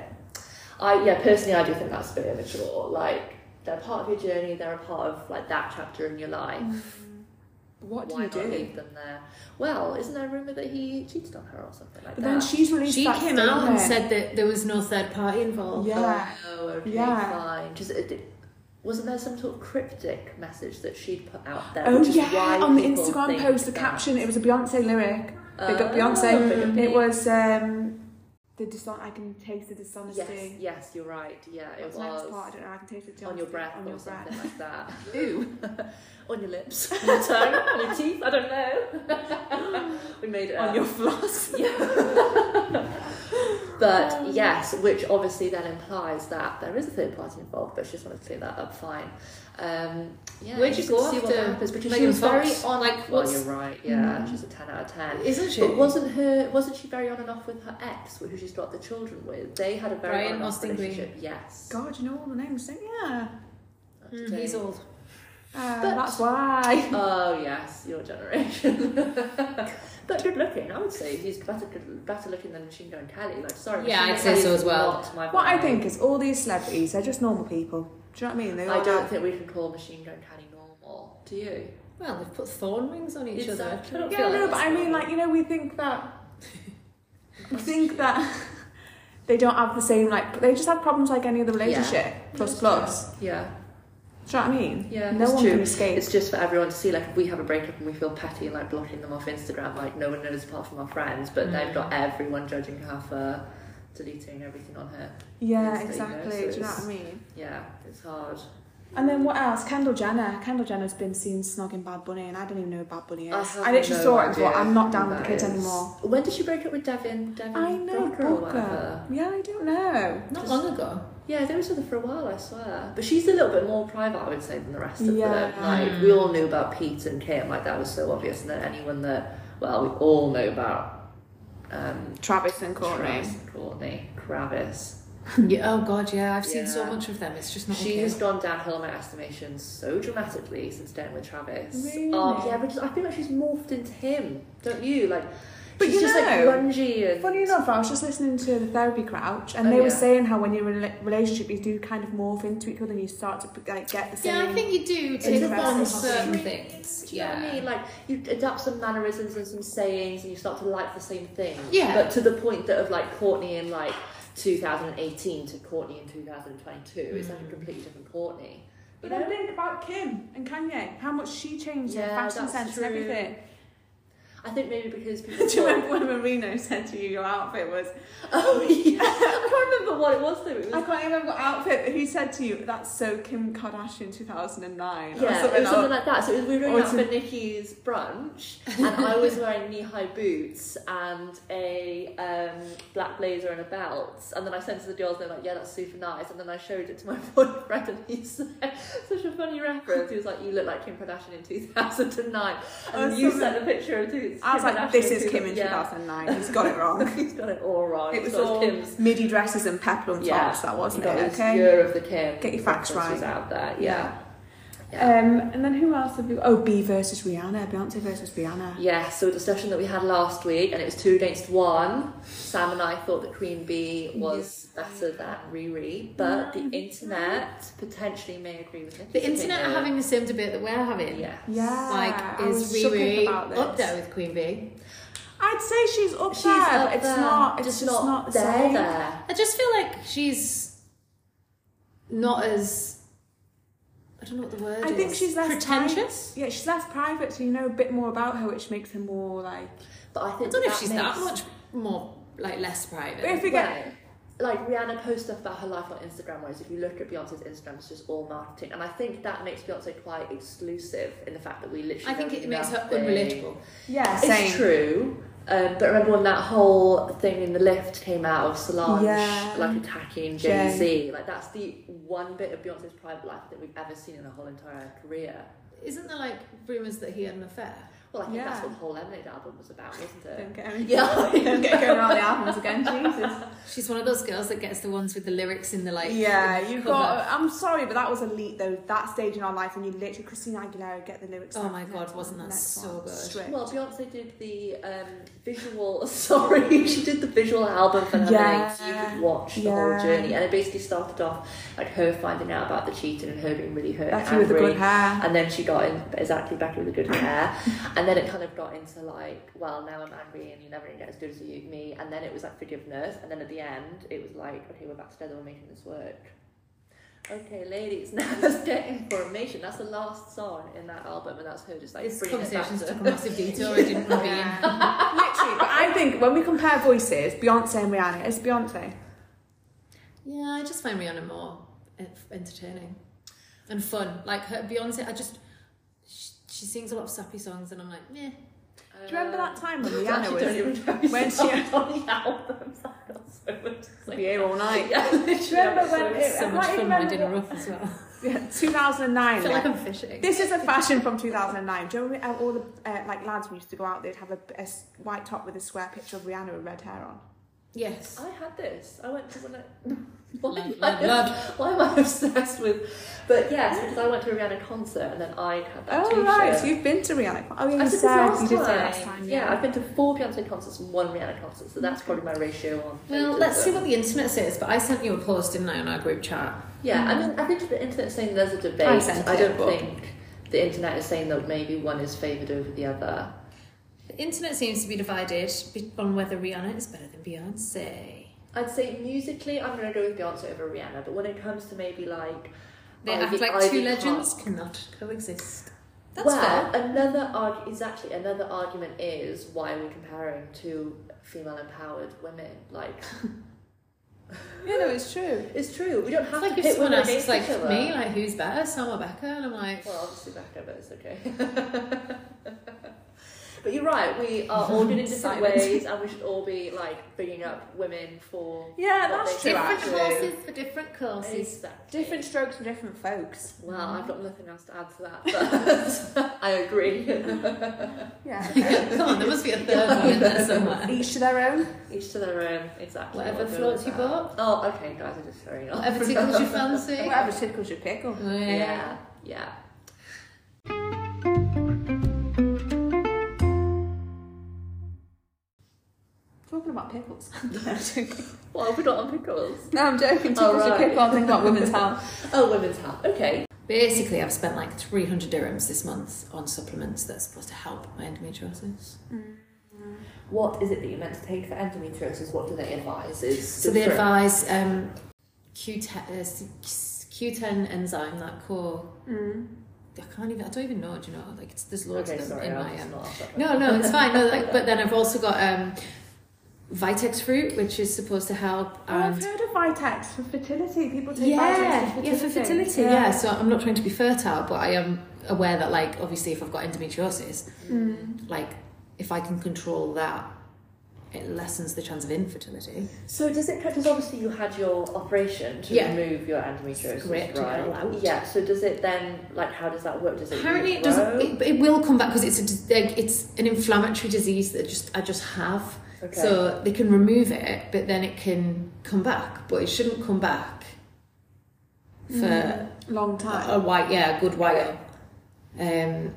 Speaker 3: I yeah personally I do think that's a bit immature like they're part of your journey they're a part of like that chapter in your life
Speaker 2: What do
Speaker 3: Why
Speaker 2: you
Speaker 3: not
Speaker 2: do?
Speaker 3: leave them there? Well, isn't there a rumor that he cheated on her or something like
Speaker 2: But
Speaker 3: that?
Speaker 2: then she's released.
Speaker 1: She
Speaker 2: that
Speaker 1: came out and
Speaker 2: statement.
Speaker 1: said that there was no third party involved.
Speaker 2: Yeah.
Speaker 3: Oh, okay,
Speaker 2: Yeah.
Speaker 3: fine. Just it, it- wasn't there some sort of cryptic message that she'd put out there?
Speaker 2: Oh
Speaker 3: which is
Speaker 2: yeah,
Speaker 3: why
Speaker 2: on the
Speaker 3: people
Speaker 2: Instagram
Speaker 3: think
Speaker 2: post, the
Speaker 3: that-
Speaker 2: caption it was a Beyonce lyric. Big up
Speaker 3: Oh,
Speaker 2: Beyonce.
Speaker 3: big up
Speaker 2: It was um, the dishon- I can taste the dishonesty.
Speaker 3: Yes, yes, you're right. Yeah, it
Speaker 2: What's
Speaker 3: was
Speaker 2: the next part? I don't know. I can taste the dishonesty
Speaker 3: on your breath
Speaker 2: On
Speaker 3: or
Speaker 2: your
Speaker 3: something like
Speaker 2: breath.
Speaker 3: that.
Speaker 1: [LAUGHS]
Speaker 2: Ooh.
Speaker 3: [LAUGHS] on your lips, on your tongue, on your teeth. I don't know. [LAUGHS] we made it
Speaker 2: On
Speaker 3: up. [LAUGHS]
Speaker 2: your floss.
Speaker 1: [LAUGHS] Oh.
Speaker 3: But yes, which obviously then implies that there is a third party involved, but she just wanted to clear that up fine. Um, yeah,
Speaker 1: Where'd you
Speaker 3: interesting to
Speaker 1: go
Speaker 3: see what
Speaker 1: after
Speaker 3: happens, because she
Speaker 1: Megan
Speaker 3: was very
Speaker 1: Fox?
Speaker 3: on.
Speaker 1: Like,
Speaker 3: well,
Speaker 1: what's-
Speaker 3: you're right. Yeah, she's a ten out of ten.
Speaker 1: Isn't she?
Speaker 3: But wasn't her wasn't she very on and off with her ex, who she's got the children with? They had a very
Speaker 1: Brian
Speaker 3: on and off
Speaker 1: Austin Green.
Speaker 3: relationship. Yes.
Speaker 2: God, you know all the names, don't you? Yeah.
Speaker 3: Up to
Speaker 1: Mm,
Speaker 3: date.
Speaker 1: he's old.
Speaker 2: Uh,
Speaker 3: But-
Speaker 2: that's
Speaker 3: [LAUGHS]
Speaker 2: why.
Speaker 3: Oh yes, your generation. [LAUGHS] but good looking, I would say he's better good, better looking than Machine Gun Kelly. Like sorry,
Speaker 1: Yeah,
Speaker 3: Machine
Speaker 1: I'd
Speaker 3: Gun
Speaker 1: say
Speaker 3: Kelly
Speaker 1: so
Speaker 3: is
Speaker 1: as well.
Speaker 3: not my
Speaker 2: What I
Speaker 3: vibe.
Speaker 2: think is all these celebrities, they're just normal people. Do you know what I mean? They
Speaker 3: I
Speaker 2: all
Speaker 3: don't
Speaker 2: have-
Speaker 3: think we can call Machine Gun Kelly normal. Do you?
Speaker 1: Well, they've put thorn rings on each
Speaker 3: Exactly.
Speaker 1: other.
Speaker 3: I
Speaker 2: Yeah,
Speaker 3: feel
Speaker 2: no,
Speaker 3: like
Speaker 2: but
Speaker 3: that's
Speaker 2: I mean,
Speaker 3: normal.
Speaker 2: like you know, we think that we think that [LAUGHS] they don't have the same like they just have problems like any other relationship plus plus.
Speaker 3: Yeah,
Speaker 2: Do you know what I mean?
Speaker 3: yeah.
Speaker 2: no
Speaker 3: it's
Speaker 2: one
Speaker 3: true.
Speaker 2: can escape.
Speaker 3: It's just for everyone to see. Like, if we have a breakup and we feel petty and like blocking them off Instagram, like no one knows apart from our friends. But
Speaker 1: Mm.
Speaker 3: they've got everyone judging her for deleting everything on her.
Speaker 2: yeah,
Speaker 3: it's like, you know,
Speaker 2: exactly.
Speaker 3: so
Speaker 2: Do you know
Speaker 3: it's-
Speaker 2: what I mean?
Speaker 3: Yeah, it's hard.
Speaker 2: And then what else? Kendall Jenner. Kendall Jenner's been seen snogging Bad Bunny, and I don't even know who Bad Bunny is.
Speaker 3: I
Speaker 2: I,
Speaker 3: have
Speaker 2: literally
Speaker 3: no
Speaker 2: saw it and
Speaker 3: idea
Speaker 2: thought, I'm not
Speaker 3: who
Speaker 2: down with the
Speaker 3: that
Speaker 2: kids
Speaker 3: is.
Speaker 2: anymore.
Speaker 3: When did she break up with Devin? Devin
Speaker 2: I know,
Speaker 3: Booker or
Speaker 2: Booker.
Speaker 3: whatever.
Speaker 2: Yeah, I don't know.
Speaker 1: Not
Speaker 3: Just-
Speaker 1: long ago.
Speaker 3: Yeah, they were together for a while, I swear. But she's a little bit more private, I would say, than the rest of
Speaker 2: Yeah.
Speaker 3: them. Like we all knew about Pete and Kim, like that was so obvious. And then anyone that, well, we all know about um,
Speaker 2: Travis and Courtney.
Speaker 3: Travis, Courtney, Kravis.
Speaker 1: Yeah, oh god, yeah, I've seen so
Speaker 3: Yeah.
Speaker 1: much of them. It's just not
Speaker 3: She
Speaker 1: okay.
Speaker 3: has gone downhill in my estimation so dramatically since dating with Travis.
Speaker 2: Really?
Speaker 3: Um, yeah, but just, I feel like she's morphed into him, don't you? Like,
Speaker 2: But
Speaker 3: she's
Speaker 2: you
Speaker 3: just
Speaker 2: know,
Speaker 3: like grungy and
Speaker 2: Funny enough, I was just listening to the Therapy Crouch, and
Speaker 3: Oh,
Speaker 2: they were
Speaker 3: yeah.
Speaker 2: saying how when you're in a rela- relationship, you do kind of morph into each other, and you start to like get the same.
Speaker 1: Yeah, I think you do
Speaker 2: It's
Speaker 1: take on
Speaker 2: interesting.
Speaker 1: certain
Speaker 2: Really?
Speaker 1: things.
Speaker 3: Do you know what I mean? Like you adapt some mannerisms and some sayings, and you start to like the same thing.
Speaker 1: Yeah.
Speaker 3: But to the point that of like Courtney in like 2018 to Courtney in 2022, it's
Speaker 2: Mm.
Speaker 3: like a completely different Courtney.
Speaker 2: But then think about Kim and Kanye, how much she changed
Speaker 3: Yeah,
Speaker 2: her fashion
Speaker 3: that's
Speaker 2: sense
Speaker 3: true.
Speaker 2: and everything. [LAUGHS]
Speaker 3: I think maybe because people.
Speaker 2: Do you
Speaker 3: thought-
Speaker 2: remember when Marino said to you your outfit was?
Speaker 3: [LAUGHS] oh yeah. I can't remember what it was though. It
Speaker 2: I
Speaker 3: was.
Speaker 2: can't even remember what outfit, but who said to you that's so Kim Kardashian 2009 or
Speaker 3: Yeah,
Speaker 2: something?
Speaker 3: it was something like that. So it was, we were
Speaker 2: or
Speaker 3: going out
Speaker 2: some-
Speaker 3: for Nikki's brunch, and I was wearing knee-high boots and a um, black blazer and a belt. And then I sent it to the girls, and they're like, "Yeah, that's super nice." And then I showed it to my [LAUGHS] boyfriend, and he said, "Such a funny reference." He was like, "You look like Kim Kardashian in 2009," and
Speaker 2: Or
Speaker 3: you
Speaker 2: something.
Speaker 3: sent a picture of two.
Speaker 2: I was
Speaker 3: Kim
Speaker 2: like, this
Speaker 3: Kardashian
Speaker 2: is Kim in
Speaker 3: 2000.
Speaker 2: 2009.
Speaker 3: [LAUGHS]
Speaker 2: He's got it wrong.
Speaker 3: Yeah. He's got it all wrong.
Speaker 2: It was
Speaker 3: He's got
Speaker 2: all
Speaker 3: Kim's.
Speaker 2: midi dresses and peplum tops.
Speaker 3: Yeah,
Speaker 2: that wasn't
Speaker 3: he got
Speaker 2: it.
Speaker 3: his
Speaker 2: Okay.
Speaker 3: Year of the Kim.
Speaker 2: Get your facts
Speaker 3: references
Speaker 2: right.
Speaker 3: out there.
Speaker 2: Yeah.
Speaker 3: Yeah.
Speaker 2: Um, and then who else have you? Oh, B versus Rihanna, Beyonce versus Rihanna.
Speaker 3: Yeah, so a discussion that we had last week, and it was two against one. Sam and I thought that Queen Bee was better than Riri, but the internet potentially may agree with it.
Speaker 1: The internet are having the same debate that we're having.
Speaker 3: Yes.
Speaker 2: Yeah,
Speaker 1: Like,
Speaker 2: I
Speaker 1: is
Speaker 2: was shook
Speaker 1: Riri
Speaker 2: about this.
Speaker 1: up there with Queen Bee?
Speaker 2: I'd say she's up
Speaker 3: She's
Speaker 2: there,
Speaker 3: up
Speaker 2: but it's
Speaker 3: there,
Speaker 2: not. It's just, not the
Speaker 3: there.
Speaker 2: same.
Speaker 3: there.
Speaker 1: I just feel like she's not as I don't know what the word
Speaker 2: I
Speaker 1: is.
Speaker 2: think she's less
Speaker 1: pretentious.
Speaker 2: pri- yeah, she's less private, so you know a bit more about her, which makes her more like.
Speaker 3: But I think
Speaker 1: I don't know
Speaker 3: that
Speaker 1: if she's
Speaker 3: makes,
Speaker 1: that much more like less private.
Speaker 2: But if we
Speaker 3: Well,
Speaker 2: get
Speaker 3: like Rihanna posts stuff about her life on Instagram, whereas if you look at Beyonce's Instagram, it's just all marketing. And I think that makes Beyonce quite exclusive in the fact that we literally.
Speaker 1: I think
Speaker 3: don't
Speaker 1: it
Speaker 3: do
Speaker 1: makes her
Speaker 3: nothing.
Speaker 1: unrelatable.
Speaker 2: yeah,
Speaker 3: It's
Speaker 2: same.
Speaker 3: true. Um, but remember when that whole thing in the lift came out of Solange,
Speaker 2: Yeah.
Speaker 3: like attacking
Speaker 2: Jay.
Speaker 3: Jay Z? Like that's the one bit of Beyonce's private life that we've ever seen in her whole entire career.
Speaker 1: Isn't there like rumours that he had an affair?
Speaker 3: Well, I think
Speaker 2: Yeah.
Speaker 3: that's what the whole Lemonade album was about, wasn't it?
Speaker 2: Don't get me.
Speaker 3: Yeah.
Speaker 2: [LAUGHS] Don't get
Speaker 3: [LAUGHS]
Speaker 2: going around the albums again, Jesus.
Speaker 1: She's one of those girls that gets the ones with the lyrics in the like.
Speaker 2: Yeah,
Speaker 1: cover.
Speaker 2: you got. I'm sorry, but that was elite though. That stage in our life when you literally Christina Aguilera get the lyrics.
Speaker 1: Oh
Speaker 2: out
Speaker 1: my
Speaker 2: for the
Speaker 1: God,
Speaker 2: next
Speaker 1: wasn't
Speaker 2: one,
Speaker 1: that
Speaker 2: next
Speaker 1: so
Speaker 2: one.
Speaker 1: good.
Speaker 2: Strict.
Speaker 3: Well, Beyonce did the um, visual. [LAUGHS] Sorry, she did the visual album for Lemonade, so you
Speaker 2: Yeah.
Speaker 3: could watch the
Speaker 2: Yeah.
Speaker 3: whole journey, and it basically started off like her finding out about the cheating and her being really hurt. and
Speaker 2: Becky with the
Speaker 3: angry.
Speaker 2: good hair.
Speaker 3: And then she got in exactly back with the good hair, and then it kind of got into like, well, now I'm angry and you're never gonna get as good as you me. And then it was like forgiveness, and then at the end it was like, okay, we're back together, we're making this work. Okay, ladies, [LAUGHS] now let's get information. That's the last song in that album, and that's her just like
Speaker 1: This
Speaker 3: bringing it back
Speaker 1: conversation's
Speaker 3: to-
Speaker 1: took a
Speaker 3: [LAUGHS]
Speaker 1: massive detour. I didn't want to be in.
Speaker 2: [LAUGHS] Yeah. Literally, but I think when we compare voices, Beyonce and Rihanna, it's Beyonce.
Speaker 1: Yeah, I just find Rihanna more en- entertaining and fun. Like her Beyonce, I just she, she sings a lot of sappy songs, and I'm like, meh.
Speaker 2: Do you remember
Speaker 1: [LAUGHS]
Speaker 3: [LAUGHS]
Speaker 2: that time when
Speaker 3: I
Speaker 2: Rihanna
Speaker 3: Um, actually
Speaker 2: was?
Speaker 3: don't even
Speaker 2: [LAUGHS]
Speaker 3: know
Speaker 2: when
Speaker 3: when
Speaker 2: she-
Speaker 3: [LAUGHS] she on the albums. [LAUGHS] I got so much to
Speaker 2: We'll
Speaker 3: say.
Speaker 2: be here all
Speaker 3: [LAUGHS]
Speaker 2: night.
Speaker 3: Yeah, literally.
Speaker 2: Do you remember when
Speaker 3: So-
Speaker 2: it-
Speaker 1: So
Speaker 2: I
Speaker 1: much fun
Speaker 2: can't even
Speaker 1: when I did a
Speaker 2: remember
Speaker 1: rough as
Speaker 2: [LAUGHS]
Speaker 1: well.
Speaker 2: Yeah,
Speaker 1: I
Speaker 2: 2009.
Speaker 1: feel
Speaker 2: yeah.
Speaker 1: like I'm fishing.
Speaker 2: This is a fashion from 2009. Do you remember how all the uh, like lads we used to go out? They'd have a, a s- white top with a square picture of Rihanna with red hair on. [LAUGHS]
Speaker 1: yes.
Speaker 3: I had this. I went to one. of- [LAUGHS] Why,
Speaker 1: Love,
Speaker 3: am
Speaker 1: love,
Speaker 3: I-
Speaker 1: love.
Speaker 3: why am I obsessed with? But yes, because I went to a Rihanna concert and then I had that
Speaker 2: Oh
Speaker 3: T-shirt.
Speaker 2: right, so you've been to Rihanna? Oh yeah,
Speaker 3: I
Speaker 2: you
Speaker 3: did this
Speaker 2: said
Speaker 3: last
Speaker 2: you did say
Speaker 3: time.
Speaker 2: last time.
Speaker 3: Yeah. I've been to four Beyonce concerts and one Rihanna concert, so that's probably my ratio on.
Speaker 1: Well,
Speaker 3: those,
Speaker 1: let's see
Speaker 3: isn't it?
Speaker 1: what the internet says. But I sent you a post, didn't I, on our group chat?
Speaker 3: Yeah, I mean, I think the internet's saying there's a debate.
Speaker 2: I sent
Speaker 3: I
Speaker 2: it,
Speaker 3: don't
Speaker 2: but-
Speaker 3: think the internet is saying that maybe one is favoured over the other.
Speaker 1: The internet seems to be divided be- on whether Rihanna is better than Beyonce.
Speaker 3: I'd say musically, I'm going to go with Beyonce over Rihanna, but when it comes to maybe like.
Speaker 1: They
Speaker 3: Ivy-
Speaker 1: act like
Speaker 3: Ivy
Speaker 1: two
Speaker 3: Park-
Speaker 1: legends cannot coexist. That's
Speaker 3: well,
Speaker 1: fair.
Speaker 3: another arg- exactly another argument is why we're comparing two female empowered women.
Speaker 1: [LAUGHS]
Speaker 3: Like [LAUGHS]
Speaker 2: Yeah, no, it's true.
Speaker 3: it's true, we don't have
Speaker 1: It's like
Speaker 3: to
Speaker 1: if
Speaker 3: pit
Speaker 1: someone
Speaker 3: women
Speaker 1: asks
Speaker 3: against
Speaker 1: like
Speaker 3: each other.
Speaker 1: me, like who's better, Sam or Becca, and I'm like,
Speaker 3: Well, obviously Becca, but it's okay. [LAUGHS] but you're right. We are
Speaker 1: [LAUGHS]
Speaker 3: all good in different
Speaker 1: Silence.
Speaker 3: ways, and we should all be like bringing up women for
Speaker 2: Yeah,
Speaker 3: What
Speaker 2: that's
Speaker 3: they
Speaker 2: true.
Speaker 3: do.
Speaker 1: different
Speaker 2: Actually.
Speaker 1: horses for different courses.
Speaker 3: Exactly.
Speaker 2: Different strokes for different folks.
Speaker 3: Well, I've got nothing else to add to
Speaker 1: [LAUGHS]
Speaker 3: that. But [LAUGHS] I agree.
Speaker 2: Yeah.
Speaker 1: Come on, there must be a third one in there
Speaker 3: [LAUGHS]
Speaker 1: somewhere.
Speaker 2: [LAUGHS] Each to their own.
Speaker 3: Each to their own. Exactly.
Speaker 1: Whatever
Speaker 3: I'll go
Speaker 1: floats
Speaker 3: with
Speaker 1: you
Speaker 3: that.
Speaker 1: boat.
Speaker 3: Oh, okay, guys. I just throwing off. [LAUGHS]
Speaker 1: Whatever tickles you fancy.
Speaker 2: Whatever tickles your pickle.
Speaker 1: Yeah.
Speaker 3: Yeah. Yeah.
Speaker 2: Talking about pickles. [LAUGHS]
Speaker 3: What have we got on pickles?
Speaker 2: no, I'm joking. Tickles
Speaker 3: Oh,
Speaker 2: your
Speaker 3: right.
Speaker 2: pickle. I'm thinking about women's [LAUGHS] health.
Speaker 3: Oh, women's hat. Okay.
Speaker 1: Basically, I've spent like 300 dirhams this month on supplements that's supposed to help my endometriosis.
Speaker 2: Mm,
Speaker 3: What is it that you're meant to take for endometriosis? What do they advise? Is
Speaker 1: So they advise um, uh, Q10, Q10 enzyme, that core.
Speaker 2: mm.
Speaker 1: I can't even. I don't even know. Do you know? Like, it's, there's loads
Speaker 3: Okay,
Speaker 1: of them
Speaker 3: sorry.
Speaker 1: in
Speaker 3: I'm
Speaker 1: my.
Speaker 3: just
Speaker 1: Um,
Speaker 3: not off
Speaker 1: No, no, it's fine. No, like, but then I've also got um, Vitex fruit, which is supposed to help.
Speaker 2: Oh, I've
Speaker 1: And
Speaker 2: heard of Vitex for fertility. People take Vitex
Speaker 1: yeah,
Speaker 2: for fertility.
Speaker 1: yeah, for fertility. Yeah. so I'm not trying to be fertile, but I am aware that, like, obviously, if I've got endometriosis,
Speaker 2: Mm,
Speaker 1: like, if I can control that, it lessens the chance of infertility.
Speaker 3: [LAUGHS] So does it because obviously you had your operation to
Speaker 1: Yeah.
Speaker 3: remove your endometriosis,
Speaker 1: Correct, to get it all
Speaker 3: right?
Speaker 1: out.
Speaker 3: Yeah. So does it then like how does that work? Does it
Speaker 1: Apparently, it
Speaker 3: regrow?
Speaker 1: doesn't. It, but it will come back because it's a, dis- like, it's an inflammatory disease that just I just have.
Speaker 3: Okay.
Speaker 1: So they can remove it, but then it can come back. But it shouldn't come back
Speaker 2: mm.
Speaker 1: for
Speaker 2: Long time.
Speaker 1: a white, yeah, a good while. Um,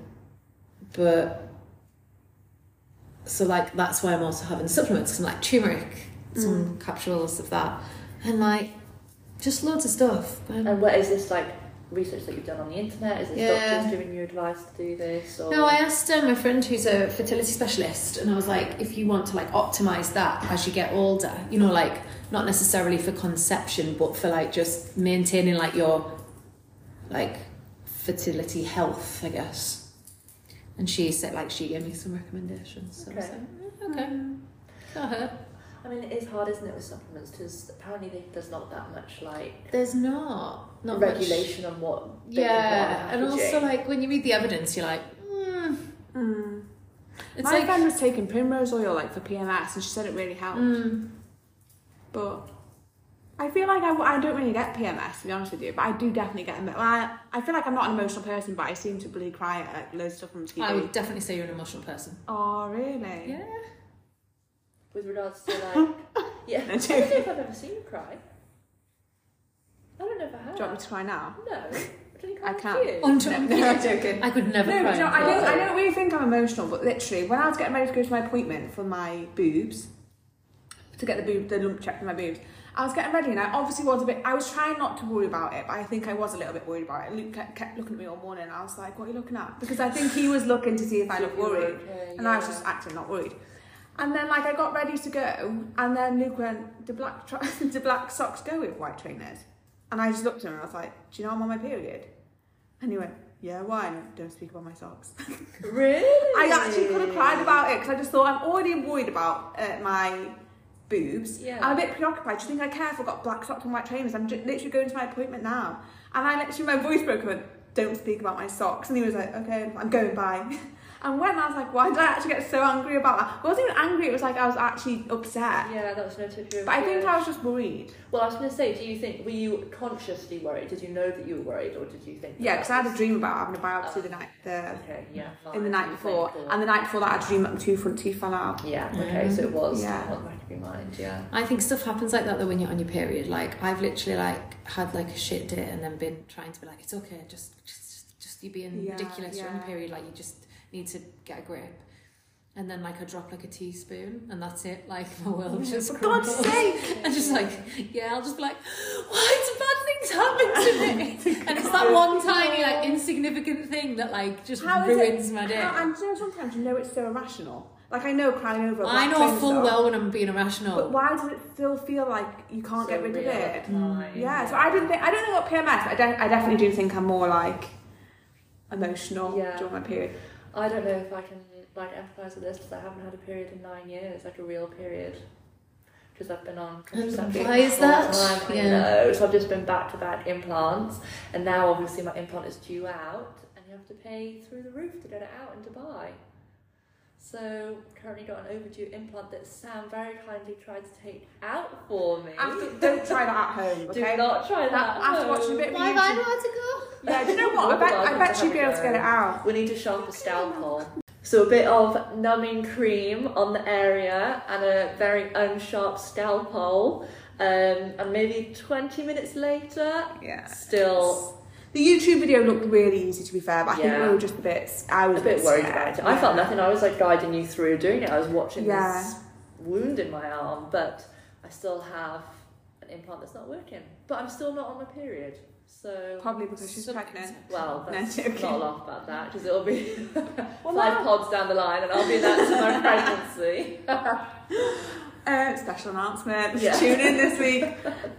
Speaker 1: but so like that's why I'm also having supplements, some like turmeric, some capsules of that, and like just loads of stuff. And
Speaker 3: And what is this like research that you've done on the internet? Is this
Speaker 1: Yeah.
Speaker 3: doctors giving you advice to do this? Or
Speaker 1: No, I asked um, my friend who's a fertility specialist, and I was like, if you want to like optimize that as you get older, you know, like not necessarily for conception, but for like just maintaining like your like fertility health, I guess. And she said like she gave me some recommendations. So I was
Speaker 3: Okay. Mm-hmm.
Speaker 1: like, "Mm, okay. Got her.
Speaker 3: I mean, it is hard, isn't it, with supplements? Because apparently they, there's not that much like
Speaker 1: There's not not much-
Speaker 3: regulation on eh? what. They
Speaker 1: Yeah,
Speaker 3: can put on
Speaker 1: and also
Speaker 3: packaging.
Speaker 1: like when you read the evidence, you're like, mm.
Speaker 2: Mm.
Speaker 1: it's
Speaker 2: My
Speaker 1: like
Speaker 2: friend was Mm. taking primrose oil like for PMS, and she said it really helped.
Speaker 1: mm,
Speaker 2: But I feel like I, I don't really get PMS, to be honest with you, but I do definitely get emo- well, I, I feel like I'm not an emotional person, but I seem to really cry at like, loads of stuff from TV.
Speaker 1: I would definitely say you're an emotional person.
Speaker 2: Oh, really?
Speaker 1: Yeah.
Speaker 3: With regards to
Speaker 2: [LAUGHS]
Speaker 3: like, yeah, I
Speaker 2: No,
Speaker 3: don't know if I've ever seen you cry. I don't know if I have.
Speaker 2: Do you want me to cry now?
Speaker 3: No, I don't
Speaker 2: I
Speaker 3: cry
Speaker 2: can't.
Speaker 3: with you.
Speaker 1: Until
Speaker 2: No, no, I'm joking.
Speaker 1: I could never
Speaker 2: No,
Speaker 1: cry.
Speaker 2: but you know,
Speaker 1: in
Speaker 2: I
Speaker 1: court.
Speaker 2: don't. I don't really think I'm emotional, but literally, when I was getting ready to go to my appointment for my boobs, to get the boob, the lump checked for my boobs, I was getting ready, and I obviously was a bit. I was trying not to worry about it, but I think I was a little bit worried about it. Luke kept, kept looking at me all morning, and I was like, "What are you looking at?" Because I think he was looking to see if I
Speaker 3: If
Speaker 2: looked
Speaker 3: you were
Speaker 2: worried,
Speaker 3: okay,
Speaker 2: and I was
Speaker 3: yeah.
Speaker 2: just acting not worried. And then, like, I got ready to go, and then Luke went, "Do black tra- [LAUGHS] do black socks go with white trainers?" And I just looked at him, and I was like, "Do you know I'm on my period?" And he went, "Yeah, why?" And I went, Don't speak about my socks.
Speaker 3: Really?
Speaker 2: I actually could have cried about it because I just thought I'm already worried about uh, my boobs.
Speaker 3: Yeah.
Speaker 2: I'm a bit preoccupied. Do you think I care if I've got black socks and white trainers? I'm ju- literally going to my appointment now. And I literally, my voice broke and went, don't speak about my socks. And he was like, okay, I'm going by. [LAUGHS] And when I was like, why did I actually get so angry about that? I wasn't even angry, it was like I was actually upset.
Speaker 3: Yeah, that was no tip
Speaker 2: But I think I was just worried.
Speaker 3: Well, I was going to say, do you think were you consciously worried? Did you know that you were worried, or did you think? that
Speaker 2: Yeah, because I had a dream about having a biopsy
Speaker 3: Oh.
Speaker 2: the night the,
Speaker 3: Okay, yeah.
Speaker 2: in the
Speaker 3: fine.
Speaker 2: night
Speaker 3: You
Speaker 2: before.
Speaker 3: think, or-
Speaker 2: And the night before that, I dreamed that my two front teeth fell out.
Speaker 3: yeah. Okay, so it was
Speaker 2: Yeah.
Speaker 3: Mm-hmm. yeah. not the back of your mind. Yeah.
Speaker 1: I think stuff happens like that though when you're on your period. Like I've literally like had like a shit day and then been trying to be like, it's okay, just just just you being
Speaker 2: Yeah,
Speaker 1: ridiculous. You're on
Speaker 2: yeah.
Speaker 1: your period, like you just need to get a grip. And then like I drop like a teaspoon and that's it. Like my
Speaker 2: [LAUGHS]
Speaker 1: world just
Speaker 2: For God's
Speaker 1: crumbles.
Speaker 2: sake!
Speaker 1: [LAUGHS] And just like yeah, I'll just be like, why do bad things happen to
Speaker 2: [LAUGHS]
Speaker 1: me? and it's that one tiny like insignificant thing that like just
Speaker 2: How is
Speaker 1: ruins my day.
Speaker 2: How- and do you know sometimes you know it's so irrational. Like I know crying over. a
Speaker 1: I
Speaker 2: black
Speaker 1: know
Speaker 2: train
Speaker 1: full
Speaker 2: song,
Speaker 1: well when I'm being irrational.
Speaker 2: But why does it still feel like you can't
Speaker 3: So
Speaker 2: get rid of
Speaker 3: real Mm. at
Speaker 2: it?
Speaker 3: the time,
Speaker 2: Yeah. So I didn't think. I don't know what PMS. but I, de- I definitely do think I'm more like emotional
Speaker 3: Yeah.
Speaker 2: during my period.
Speaker 3: I don't know if I can like empathise with this because I haven't had a period in nine years, like a real period, because I've been on contraception.
Speaker 1: why is
Speaker 3: the whole
Speaker 1: that?
Speaker 3: Time. I
Speaker 1: Yeah.
Speaker 3: know. So I've just been back to back implants, and now obviously my implant is due out, and you have to pay through the roof to get it out in Dubai. So currently got an overdue implant that Sam very kindly tried to take out for me.
Speaker 2: After, don't try that at
Speaker 3: [LAUGHS]
Speaker 2: home.
Speaker 3: Do
Speaker 2: Okay.
Speaker 3: not try that.
Speaker 2: after
Speaker 3: no.
Speaker 2: watching a bit of
Speaker 1: why have I
Speaker 2: YouTube.
Speaker 1: not had to go?
Speaker 2: Yeah. Do you know
Speaker 3: [LAUGHS]
Speaker 2: what? I bet, I bet you'd be able to get it out.
Speaker 3: We need to sharp a scalpel. So a bit of numbing cream on the area and a very unsharp scalpel. Um, and maybe 20 minutes later,
Speaker 2: Yeah.
Speaker 3: still
Speaker 2: The YouTube video looked really easy to be fair, but I think we
Speaker 3: Yeah.
Speaker 2: were just a bit. I was
Speaker 3: a bit worried about
Speaker 2: scared.
Speaker 3: it. I felt nothing. I was like guiding you through doing it. I was watching
Speaker 2: Yeah.
Speaker 3: this wound in my arm, but I still have an implant that's not working. But I'm still not on my period. So,
Speaker 2: Probably because she's
Speaker 1: Something's
Speaker 2: pregnant.
Speaker 3: well,
Speaker 2: [LAUGHS] No,
Speaker 3: that's
Speaker 2: joking.
Speaker 3: not a laugh about that because it'll be [LAUGHS]
Speaker 2: Well,
Speaker 3: five
Speaker 2: no.
Speaker 3: pods down the line and I'll be that to
Speaker 2: [LAUGHS]
Speaker 3: my pregnancy.
Speaker 2: Uh, special announcement.
Speaker 3: Yeah.
Speaker 2: Tune in this
Speaker 1: [LAUGHS]
Speaker 2: week.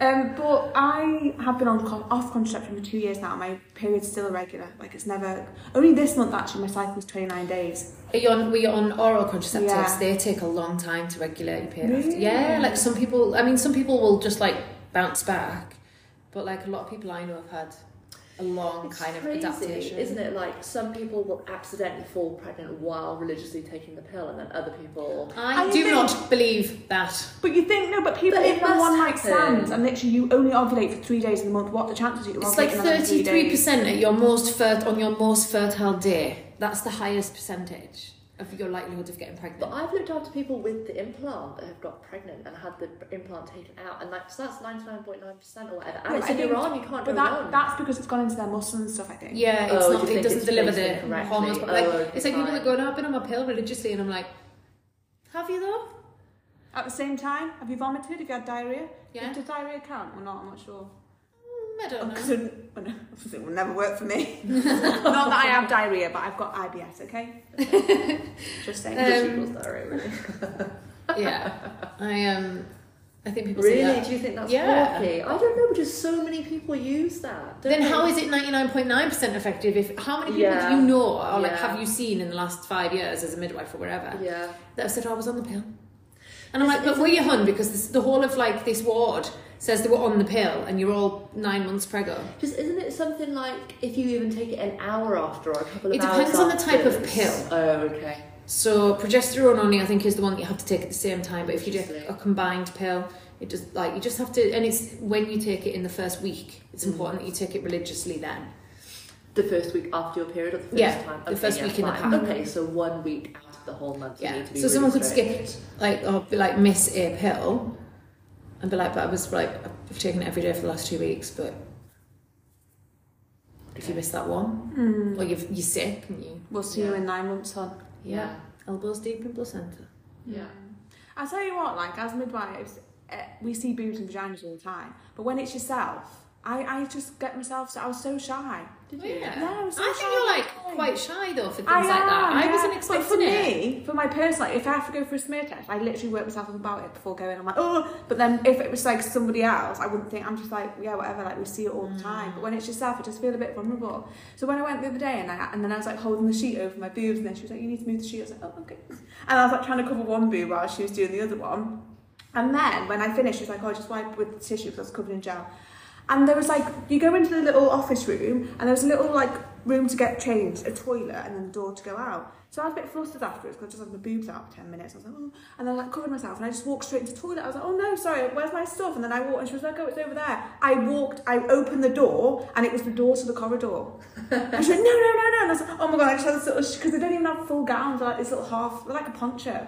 Speaker 2: Um, but I have been on con- off contraception for two years now. My period's still irregular. Like it's never. Only this month actually, my cycle was twenty nine days.
Speaker 1: Are you on, were you on oral contraceptives?
Speaker 2: Yeah.
Speaker 1: They take a long time to regulate your period.
Speaker 2: Really?
Speaker 1: Yeah, like some people, I mean, some people will just like bounce back, but like a lot of people I know have had a long
Speaker 3: It's
Speaker 1: kind
Speaker 3: crazy,
Speaker 1: of adaptation.
Speaker 3: isn't it? Like some people will accidentally fall pregnant while religiously taking the pill, and then other people.
Speaker 1: I,
Speaker 2: I
Speaker 1: do
Speaker 2: think-
Speaker 1: not believe that.
Speaker 2: But you think no, but people
Speaker 3: But it
Speaker 2: in the
Speaker 3: must
Speaker 2: one night
Speaker 3: happen.
Speaker 2: stands and literally you only ovulate for three days in the month. What are the chances that you're
Speaker 1: It's like
Speaker 2: ovulating another three
Speaker 1: thirty-three
Speaker 2: days?
Speaker 1: percent at your most fer- on your most fertile day. That's the highest percentage of your likelihood of getting
Speaker 3: But
Speaker 1: pregnant.
Speaker 3: I've looked after people with the implant that have got pregnant and had the implant taken out, and like so that's ninety nine point nine percent or whatever. And
Speaker 2: No,
Speaker 3: it's
Speaker 2: I
Speaker 3: in
Speaker 2: think-
Speaker 3: Iran, you can't do
Speaker 2: But
Speaker 3: it
Speaker 2: that,
Speaker 3: alone.
Speaker 2: that's because it's gone into their muscles and stuff. I think.
Speaker 1: Yeah, it's
Speaker 3: Oh, you
Speaker 1: not. It
Speaker 3: think
Speaker 1: doesn't
Speaker 3: it's
Speaker 1: deliver
Speaker 3: placed
Speaker 1: the
Speaker 3: incorrectly.
Speaker 1: hormones. But like,
Speaker 3: Oh, okay,
Speaker 1: it's like people
Speaker 3: fine.
Speaker 1: that go, "No, I've been on my pill religiously," and I'm like, "Have you though?"
Speaker 2: At the same time, have you vomited? Have you had diarrhea?
Speaker 1: Yeah.
Speaker 2: Does diarrhea count or not? I'm not sure.
Speaker 1: Mm, I
Speaker 3: Oh,
Speaker 1: don't know.
Speaker 2: Because it, it will never work for me. Not that I have diarrhea, but I've got IBS. Okay. Just saying.
Speaker 1: Uh,
Speaker 3: Just
Speaker 1: um,
Speaker 3: people's diarrhea, really.
Speaker 1: yeah, I um, I think [LAUGHS] people say
Speaker 3: Really?
Speaker 1: that.
Speaker 3: Do you think that's
Speaker 1: Yeah.
Speaker 3: quirky? I don't know, but just so many people use that. don't
Speaker 1: Then
Speaker 3: they?
Speaker 1: how is it ninety nine point nine percent effective? If how many people
Speaker 3: Yeah.
Speaker 1: do you know or like
Speaker 3: Yeah.
Speaker 1: have you seen in the last five years as a midwife or wherever
Speaker 3: Yeah.
Speaker 1: that have said oh, I was on the pill? And I'm
Speaker 3: Is
Speaker 1: like,
Speaker 3: it-
Speaker 1: but
Speaker 3: is
Speaker 1: were
Speaker 3: it-
Speaker 1: you hun? Because this, the whole of like this ward says they were on the pill, and you're all nine months preggo.
Speaker 3: Just isn't it something like if you even take it an hour after or a couple of
Speaker 1: It
Speaker 3: hours
Speaker 1: depends on the type of
Speaker 3: afterwards?
Speaker 1: pill.
Speaker 3: Oh, okay.
Speaker 1: So progesterone only, I think, is the one that you have to take at the same time. But if you do
Speaker 3: Interesting.
Speaker 1: a combined pill, It just like you just have to, and it's when you take it in the first week. It's
Speaker 3: Mm.
Speaker 1: important that you take it religiously then.
Speaker 3: The first week after your period or the first
Speaker 1: Yeah,
Speaker 3: time?
Speaker 1: the first week in the
Speaker 3: fine.
Speaker 1: pattern.
Speaker 3: Okay, so one week out of the whole month
Speaker 1: Yeah.
Speaker 3: you need to be
Speaker 1: So someone
Speaker 3: really
Speaker 1: could
Speaker 3: strict.
Speaker 1: skip like or be like miss a pill and be like but I was like I've taken it every day for the last two weeks but if you miss that one or you've, you're sick and you
Speaker 2: We'll see you in nine months, hon.
Speaker 1: yeah elbows deep in placenta
Speaker 3: Yeah.
Speaker 2: I tell you what, like as midwives, uh, we see boobs and vaginas all the time, but when it's yourself, I, I just get myself. So, I was so shy.
Speaker 3: Did
Speaker 1: yeah,
Speaker 3: you?
Speaker 2: Yeah, I was so
Speaker 1: I
Speaker 2: shy
Speaker 1: think you're like
Speaker 2: all the time.
Speaker 1: quite shy though for things
Speaker 2: I
Speaker 1: like
Speaker 2: am,
Speaker 1: that I
Speaker 2: yeah.
Speaker 1: wasn't
Speaker 2: But for
Speaker 1: expecting it
Speaker 2: me, for my personal, if I have to go for a smear test, I literally work myself up about it before going. I'm like, oh, but then if it was like somebody else, I wouldn't think. I'm just like, yeah, whatever. Like we see it all the time, but when it's yourself, I just feel a bit vulnerable. So when I went the other day and I and then I was like holding the sheet over my boobs, and then she was like, you need to move the sheet. I was like, oh, okay. And I was like trying to cover one boob while she was doing the other one. And then when I finished, she was like, oh, just wipe with tissue because I was covered in gel. And there was like, you go into the little office room, and there was a little like room to get changed, a toilet, and then a door to go out. So I was a bit flustered afterwards because I just had my boobs out for 10 minutes. I was like, oh, and then I like, covered myself, and I just walked straight into the toilet. I was like, oh no, sorry, where's my stuff? And then I walked, and she was like, oh, it's over there. I walked, I opened the door, and it was the door to the corridor. and she went, no, no, no, no. And I was like, oh my god, I just had this little, because they don't even have full gowns, they're like this little half, they're like a poncho.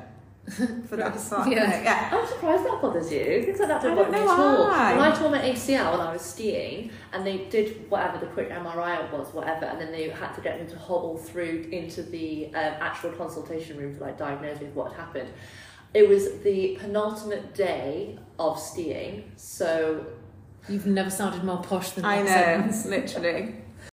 Speaker 2: For that side.
Speaker 1: Yeah.
Speaker 2: yeah.
Speaker 3: I'm surprised that bothers you. Things like that
Speaker 2: I
Speaker 3: don't
Speaker 2: don't
Speaker 3: bother me at
Speaker 2: know
Speaker 3: all.
Speaker 2: why.
Speaker 3: When I tore my ACL when I was skiing, and they did whatever the quick MRI was, whatever, and then they had to get me to hobble through into the um, actual consultation room to like diagnose with what had happened. It was the penultimate day of skiing, so
Speaker 1: you've never sounded more posh than
Speaker 2: I
Speaker 1: that [LAUGHS]
Speaker 2: know,
Speaker 1: sentence.
Speaker 2: literally.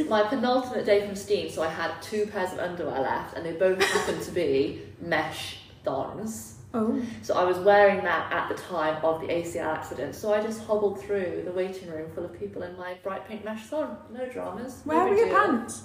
Speaker 3: my penultimate day from skiing. So I had two pairs of underwear left, and they both happened to be mesh thongs.
Speaker 2: Oh.
Speaker 3: So I was wearing that at the time of the ACL accident. So I just hobbled through the waiting room full of people in my bright pink mesh thong. No dramas. no
Speaker 2: Where were
Speaker 3: big
Speaker 2: your
Speaker 3: deal.
Speaker 2: pants?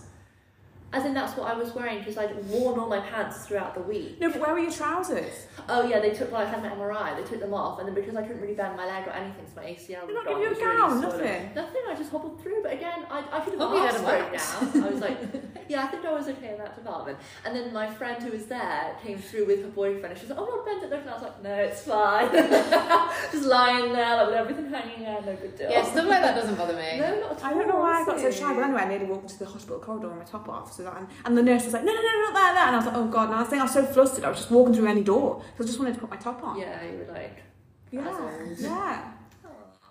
Speaker 3: As in that's what I was wearing because I'd worn all my pants throughout the week.
Speaker 2: No, but where were your trousers?
Speaker 3: Oh yeah, they took well, I had my MRI. They took them off, and then because I couldn't really bend my leg or anything, so my ACL.
Speaker 2: They're
Speaker 3: was
Speaker 2: not
Speaker 3: gone,
Speaker 2: giving
Speaker 3: it
Speaker 2: you a
Speaker 3: was really
Speaker 2: gown,
Speaker 3: sort of-
Speaker 2: nothing.
Speaker 3: Nothing. I just hobbled through, but again, I, I could have
Speaker 1: Hope you
Speaker 3: asked
Speaker 1: had a
Speaker 3: for it now. I was like,
Speaker 2: [LAUGHS]
Speaker 3: yeah, I think I was okay in that department. And then my friend who was there came through with her boyfriend, and she was like, "Oh, my bend it, look." And I was like, "No, it's fine." [LAUGHS] just lying there, like with everything hanging out, no good deal.
Speaker 1: yeah stuff like that doesn't bother me
Speaker 3: No, not at all.
Speaker 2: I don't know why I got so
Speaker 3: honestly.
Speaker 2: shy, but anyway, I nearly walked into the hospital corridor with my top off. So that, and, and the nurse was like, no, no, no, not there, there. And I was like, oh god. And I was saying I was so flustered, I was just walking through any door. So I just wanted to put my top on.
Speaker 3: Yeah, you were like.
Speaker 2: Yeah.
Speaker 3: Dazzled.
Speaker 2: yeah.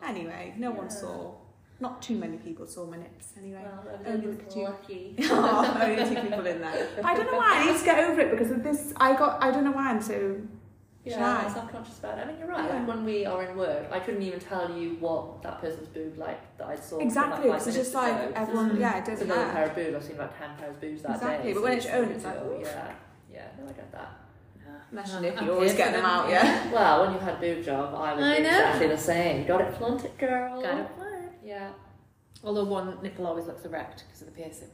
Speaker 2: Anyway, no one
Speaker 3: Yeah.
Speaker 2: saw. Not too many people saw my nips. Anyway.
Speaker 3: Well, I
Speaker 2: Only
Speaker 3: was
Speaker 2: the two-
Speaker 3: lucky.
Speaker 2: [LAUGHS] oh, only two
Speaker 3: [LAUGHS]
Speaker 2: people in there. But I don't know why. I need to get over it because of this. I got. I don't know why I'm so.
Speaker 3: Yeah,
Speaker 2: Shy.
Speaker 3: it's subconscious about it. I mean, you're right.
Speaker 2: Yeah.
Speaker 3: Like when we are in work, I couldn't even tell you what that person's boob like that I saw.
Speaker 2: Exactly.
Speaker 3: From, like,
Speaker 2: Because it's just like everyone.
Speaker 1: Mhm.
Speaker 2: Yeah, it
Speaker 3: It's
Speaker 2: doesn't
Speaker 3: another
Speaker 2: matter.
Speaker 3: pair of boobs. I've seen about ten pairs of boobs that
Speaker 2: Exactly,
Speaker 3: day.
Speaker 2: but when it's your own,
Speaker 3: no
Speaker 2: it's like,
Speaker 3: deal.
Speaker 2: oof.
Speaker 3: yeah, yeah. No, I get that.
Speaker 2: Imagine
Speaker 1: I'm-
Speaker 2: if
Speaker 1: Uh-huh. I'm
Speaker 2: you always
Speaker 1: here
Speaker 2: get
Speaker 1: for
Speaker 2: them
Speaker 1: them.
Speaker 2: out, yeah.
Speaker 3: Well, when you had boob job, I was
Speaker 1: I know.
Speaker 3: exactly the same. Got it, flaunt it, girl.
Speaker 1: Got it.
Speaker 3: Yeah.
Speaker 1: although one nipple always looks erect because of the piercing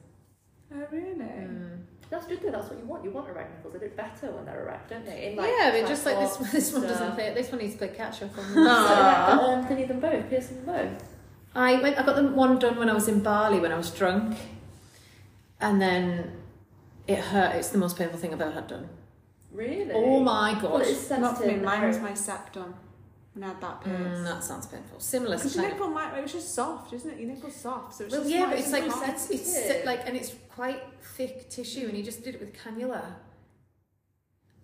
Speaker 1: Mm.
Speaker 2: Oh really?
Speaker 3: Mm. That's good though. That's what you want. You want erect nipples. They look better when they're erect, don't they? In,
Speaker 1: yeah but
Speaker 3: track
Speaker 1: just like this
Speaker 3: tops
Speaker 1: one this one
Speaker 3: and
Speaker 1: doesn't
Speaker 3: stuff.
Speaker 1: play this one needs to play catch up [LAUGHS] on
Speaker 3: So,
Speaker 1: this.
Speaker 3: like, the, um, they need them both. Piercing them both.
Speaker 1: I went. I got the one done when I was in Bali when I was drunk, and then it hurt. It's the most painful thing I've ever had done.
Speaker 3: Really?
Speaker 1: Oh my god!
Speaker 3: Well, it's sensitive.
Speaker 2: Not for me. Mine was
Speaker 3: now.
Speaker 2: my septum. When I had that
Speaker 1: Mm,
Speaker 2: pierced.
Speaker 1: that sounds painful. Similar.
Speaker 2: Because
Speaker 1: To
Speaker 2: your
Speaker 1: kind of-
Speaker 2: nipple might, it was just soft, isn't it? Your nipple's soft, so it's
Speaker 1: well,
Speaker 2: just
Speaker 1: yeah,
Speaker 2: not-
Speaker 1: but it's like
Speaker 2: not
Speaker 1: it's,
Speaker 2: sensitive.
Speaker 1: it's
Speaker 3: sensitive.
Speaker 1: like and it's quite thick tissue, and he just did it with cannula.